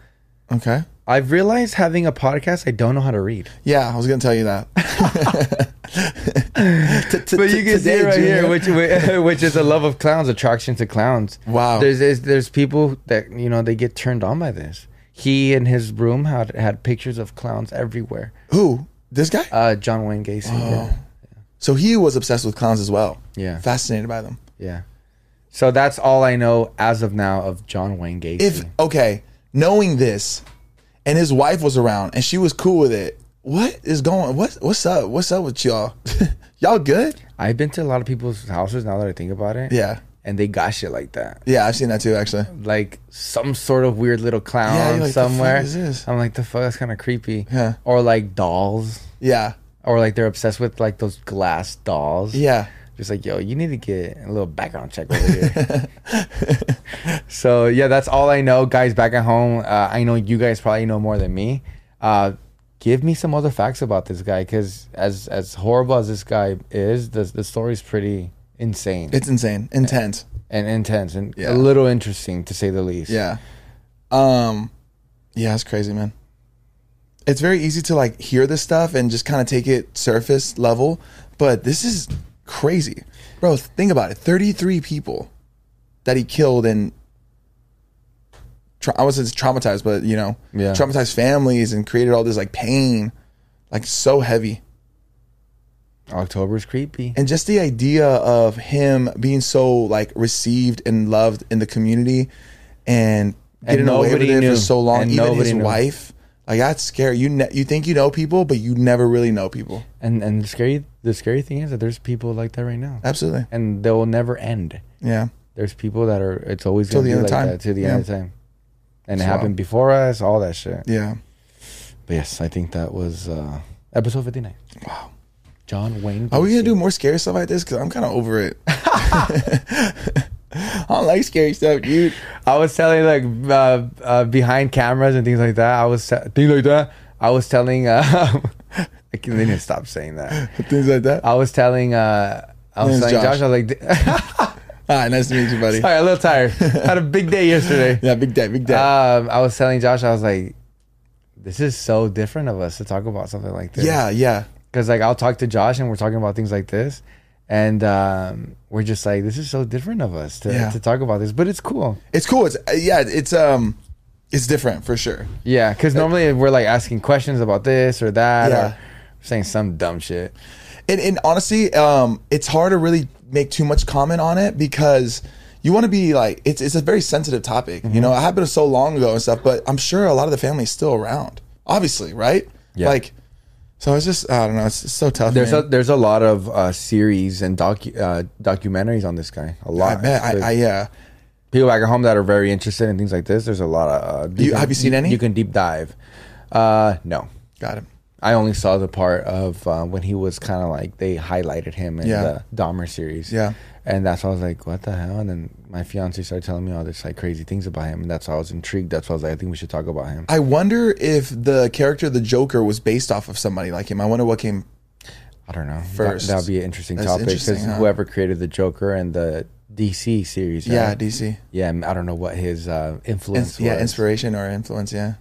Speaker 2: Okay.
Speaker 1: I've realized having a podcast, I don't know how to read.
Speaker 2: Yeah, I was gonna tell you that. T- t-
Speaker 1: But
Speaker 2: t-
Speaker 1: you can
Speaker 2: today,
Speaker 1: see right
Speaker 2: Junior.
Speaker 1: here, which which is a love of clowns, attraction to clowns.
Speaker 2: Wow.
Speaker 1: There's, there's there's people that you know they get turned on by this. He in his room had had pictures of clowns everywhere.
Speaker 2: Who? This guy?
Speaker 1: Uh, John Wayne Gacy. Yeah.
Speaker 2: So he was obsessed with clowns as well.
Speaker 1: Yeah.
Speaker 2: Fascinated by them.
Speaker 1: Yeah. So that's all I know as of now of John Wayne Gacy.
Speaker 2: If okay, knowing this, and his wife was around and she was cool with it. What is going? What what's up? What's up with y'all? y'all good?
Speaker 1: I've been to a lot of people's houses now that I think about it,
Speaker 2: Yeah,
Speaker 1: and they got shit like that,
Speaker 2: yeah. I've seen that too, actually.
Speaker 1: like some sort of weird little clown
Speaker 2: Yeah, you're like, "The fuck
Speaker 1: Um, somewhere.
Speaker 2: is this?"
Speaker 1: I'm like, the fuck, that's kind of creepy.
Speaker 2: Yeah.
Speaker 1: Or like dolls,
Speaker 2: Yeah,
Speaker 1: or like they're obsessed with like those glass dolls.
Speaker 2: yeah.
Speaker 1: Just like, yo, you need to get a little background check over here. so, yeah, that's all I know. Guys, back at home, uh, I know you guys probably know more than me. Uh, give me some other facts about this guy because as, as horrible as this guy is, the, the story's pretty insane
Speaker 2: It's insane, intense.
Speaker 1: and intense and
Speaker 2: Yeah.
Speaker 1: a little interesting to say the least.
Speaker 2: Yeah. Um yeah, it's crazy, man. It's very easy to like hear this stuff and just kind of take it surface level, but this is crazy. Bro, think about it. 33 people that he killed and tra- I wasn't traumatized, but you know,
Speaker 1: Yeah.
Speaker 2: traumatized families and created all this like pain, like so heavy.
Speaker 1: October's creepy.
Speaker 2: And just the idea of him being so like received and loved in the community and
Speaker 1: And
Speaker 2: getting away with
Speaker 1: nobody
Speaker 2: it for
Speaker 1: knew.
Speaker 2: so long,
Speaker 1: And
Speaker 2: even
Speaker 1: nobody
Speaker 2: his
Speaker 1: knew.
Speaker 2: wife, like that's scary. You ne- you think you know people, but you never really know people.
Speaker 1: And and the scary the scary thing is that there's people like that right now.
Speaker 2: Absolutely,
Speaker 1: And they will never end.
Speaker 2: yeah.
Speaker 1: there's people that are it's always
Speaker 2: Till
Speaker 1: gonna be
Speaker 2: the end
Speaker 1: like
Speaker 2: of time.
Speaker 1: that to the end of time and it
Speaker 2: So- um,
Speaker 1: happened before us all that shit
Speaker 2: Yeah.
Speaker 1: but yes i think that was uh episode 59
Speaker 2: Wow.
Speaker 1: john wayne
Speaker 2: Are we gonna
Speaker 1: Gacy.
Speaker 2: do more scary stuff like this? Because I'm kind of over it. I don't like scary stuff, dude.
Speaker 1: I was telling like uh, uh, behind cameras and things like that. I was te- things like that. I was telling. Uh, I can't even stop saying that.
Speaker 2: Things like that. All
Speaker 1: I was telling. Uh, I was
Speaker 2: Name's
Speaker 1: telling
Speaker 2: Josh.
Speaker 1: Josh. I was like,
Speaker 2: right, nice to meet you, buddy.
Speaker 1: sorry, a little tired. Had a big day yesterday.
Speaker 2: Yeah, big day, big day.
Speaker 1: Um, I was telling Josh. I was like, this is so different of us to talk about something like this.
Speaker 2: yeah, yeah.
Speaker 1: because like I'll talk to Josh and we're talking about things like this, and um, we're just like, this is so different of us to,
Speaker 2: Yeah.
Speaker 1: to talk about this, but it's cool.
Speaker 2: It's cool. It's uh, yeah. It's um, it's different for sure.
Speaker 1: Yeah, because normally we're like asking questions about this or that,
Speaker 2: Yeah.
Speaker 1: or saying some dumb shit.
Speaker 2: and, and honestly, um, it's hard to really make too much comment on it because you want to be like it's it's a very sensitive topic. You
Speaker 1: Mm-hmm.
Speaker 2: know, it happened so long ago and stuff, but I'm sure a lot of the family's still around. Obviously, right?
Speaker 1: Yeah.
Speaker 2: Like, so it's just I don't know. It's, it's so tough.
Speaker 1: There's a,
Speaker 2: man.
Speaker 1: there's a lot of uh, series and docu- uh, documentaries on this guy. A
Speaker 2: I
Speaker 1: lot.
Speaker 2: bet. I, I yeah.
Speaker 1: people back at home that are very interested in things like this. There's a lot of. Uh,
Speaker 2: You- have you seen any?
Speaker 1: You can deep dive. Uh, no.
Speaker 2: Got him.
Speaker 1: I only saw the part of uh, when he was kind of like they highlighted him in
Speaker 2: Yeah.
Speaker 1: the Dahmer series.
Speaker 2: Yeah.
Speaker 1: and that's why I was like, "What the hell?" And then my fiance started telling me all this like crazy things about him, and that's why I was intrigued. That's why I was like, "I think we should talk about him."
Speaker 2: I wonder if the character the Joker was based off of somebody like him. I wonder what came.
Speaker 1: I don't know.
Speaker 2: First.
Speaker 1: that would be an interesting
Speaker 2: That's
Speaker 1: topic because
Speaker 2: interesting, huh?
Speaker 1: whoever created the Joker and the DC series,
Speaker 2: Yeah,
Speaker 1: right?
Speaker 2: DC.
Speaker 1: yeah, I don't know what his uh, influence.
Speaker 2: yeah,
Speaker 1: was.
Speaker 2: inspiration or influence. Yeah,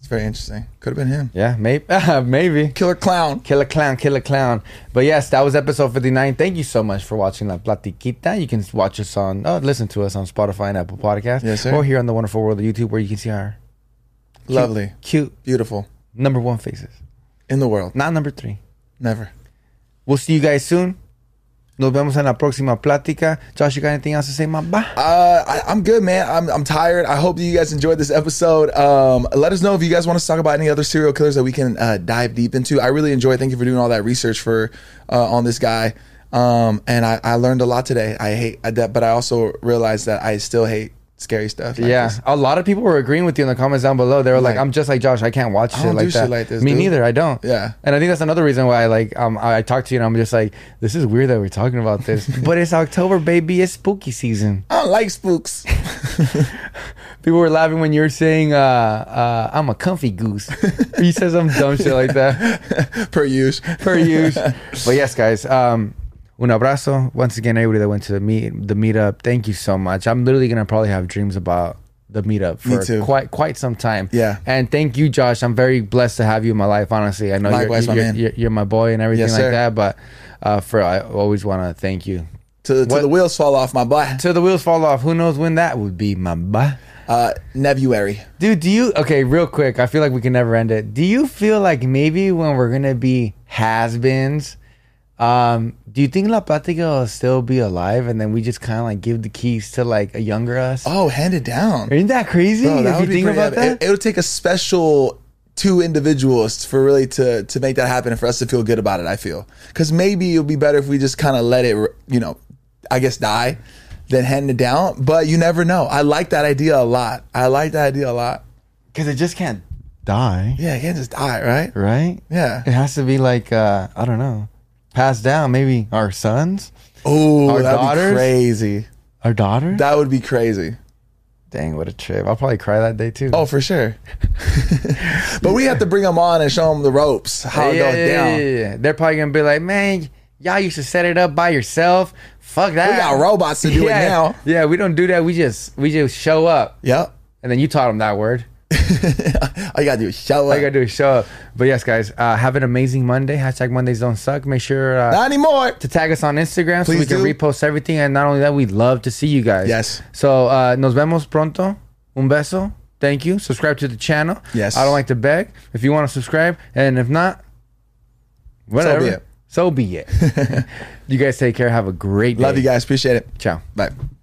Speaker 2: it's very interesting. Could have been him.
Speaker 1: yeah, maybe, maybe.
Speaker 2: Killer clown.
Speaker 1: Killer clown, killer clown. But yes, that was episode 59. Thank you so much for watching La Platiquita. You can watch us on, oh, listen to us on Spotify and Apple Podcasts.
Speaker 2: Yes, sir.
Speaker 1: Or here on the Wonderful World of YouTube where you can see our
Speaker 2: Lovely,
Speaker 1: cute
Speaker 2: beautiful
Speaker 1: number one faces,
Speaker 2: in the world.
Speaker 1: not number three.
Speaker 2: Never.
Speaker 1: We'll see you guys soon. Nos vemos en la próxima plática. Josh, you got anything else to say, my ba?
Speaker 2: Uh, I, I'm good, man. I'm, I'm tired. I hope that you guys enjoyed this episode. Um, let us know if you guys want us to talk about any other serial killers that we can uh, dive deep into. I really enjoy. Thank you for doing all that research for uh, on this guy. Um, and I, I learned a lot today. I hate that, but I also realized that I still hate scary stuff. like
Speaker 1: Yeah,
Speaker 2: this.
Speaker 1: a lot of people were agreeing with you in the comments down below. They were like,
Speaker 2: Like-
Speaker 1: "I'm just like Josh. I can't watch shit
Speaker 2: don't
Speaker 1: like
Speaker 2: do shit
Speaker 1: that."
Speaker 2: like this,
Speaker 1: Me
Speaker 2: dude.
Speaker 1: neither. I don't.
Speaker 2: Yeah.
Speaker 1: and I think that's another reason why, like, um, I, I talked to you and I'm just like, "This is weird that we're talking about this," but it's October, baby. It's spooky season.
Speaker 2: I don't like spooks.
Speaker 1: People were laughing when you were saying, uh, uh, "I'm a comfy goose." you said some dumb shit like that
Speaker 2: per use.
Speaker 1: per use. But yes, guys. Um, un abrazo. Once again, everybody that went to the meet the meetup, thank you so much. I'm literally gonna probably have dreams about the meetup for
Speaker 2: too.
Speaker 1: quite quite some time.
Speaker 2: Yeah.
Speaker 1: And thank you, Josh. I'm very blessed to have you in my life. Honestly, I know
Speaker 2: Likewise, my
Speaker 1: you're, you're,
Speaker 2: man.
Speaker 1: you're you're my boy and everything
Speaker 2: Yes,
Speaker 1: like
Speaker 2: sir.
Speaker 1: that. But uh, for I always want to thank you.
Speaker 2: To, to
Speaker 1: What-
Speaker 2: the wheels fall off, my boy.
Speaker 1: Till the wheels fall off. Who knows when that would be, my boy.
Speaker 2: Uh, Nebuary.
Speaker 1: Dude, do you okay? Real quick, I feel like we can never end it. Do you feel like maybe when we're gonna be has-beens, um, do you think La Platica will still be alive, and then we just kind of like give the keys to like a younger us?
Speaker 2: Oh, hand it down.
Speaker 1: Isn't that crazy?
Speaker 2: Bro, that
Speaker 1: if you
Speaker 2: would be
Speaker 1: think
Speaker 2: pretty
Speaker 1: about
Speaker 2: epic.
Speaker 1: that,
Speaker 2: It, it would take a special two individuals for really to to make that happen and for us to feel good about it. I feel because maybe it'll be better if we just kind of let it, you know, I guess die, than hand it down. But you never know. I like that idea a lot. I like that idea a lot.
Speaker 1: because it just can't die,
Speaker 2: Yeah, it can't just die, right?
Speaker 1: right?
Speaker 2: Yeah.
Speaker 1: It has to be like uh, I don't know, passed down. Maybe our sons,
Speaker 2: Oh,
Speaker 1: Our
Speaker 2: that'd
Speaker 1: daughters?
Speaker 2: be crazy.
Speaker 1: our daughters.
Speaker 2: That would be crazy.
Speaker 1: Dang, what a trip! I'll probably cry that day too.
Speaker 2: Oh, for sure. but we have to bring them on and show them the ropes, how it
Speaker 1: yeah,
Speaker 2: goes
Speaker 1: yeah,
Speaker 2: down.
Speaker 1: yeah, yeah, yeah. They're probably gonna be like, man, y'all used to set it up by yourself. Fuck that.
Speaker 2: We got robots to do
Speaker 1: yeah.
Speaker 2: it now.
Speaker 1: Yeah, we don't do that. We just we just show up,
Speaker 2: Yep.
Speaker 1: and then you taught them that word.
Speaker 2: All you gotta do is show
Speaker 1: All
Speaker 2: up.
Speaker 1: you gotta do is show up. But yes, guys, uh, have an amazing Monday. Hashtag Mondays don't suck. Make sure uh,
Speaker 2: Not anymore.
Speaker 1: to tag us on Instagram so
Speaker 2: Please
Speaker 1: we can
Speaker 2: do.
Speaker 1: repost everything. And not only that, we'd love to see you guys.
Speaker 2: Yes.
Speaker 1: So uh, nos vemos pronto. Un beso. Thank you. Subscribe to the channel.
Speaker 2: Yes.
Speaker 1: I don't like to beg. If you want to subscribe, and if not, whatever.
Speaker 2: it.
Speaker 1: So be it. you guys take care. Have a great day.
Speaker 2: Love you guys. Appreciate it.
Speaker 1: Ciao.
Speaker 2: Bye.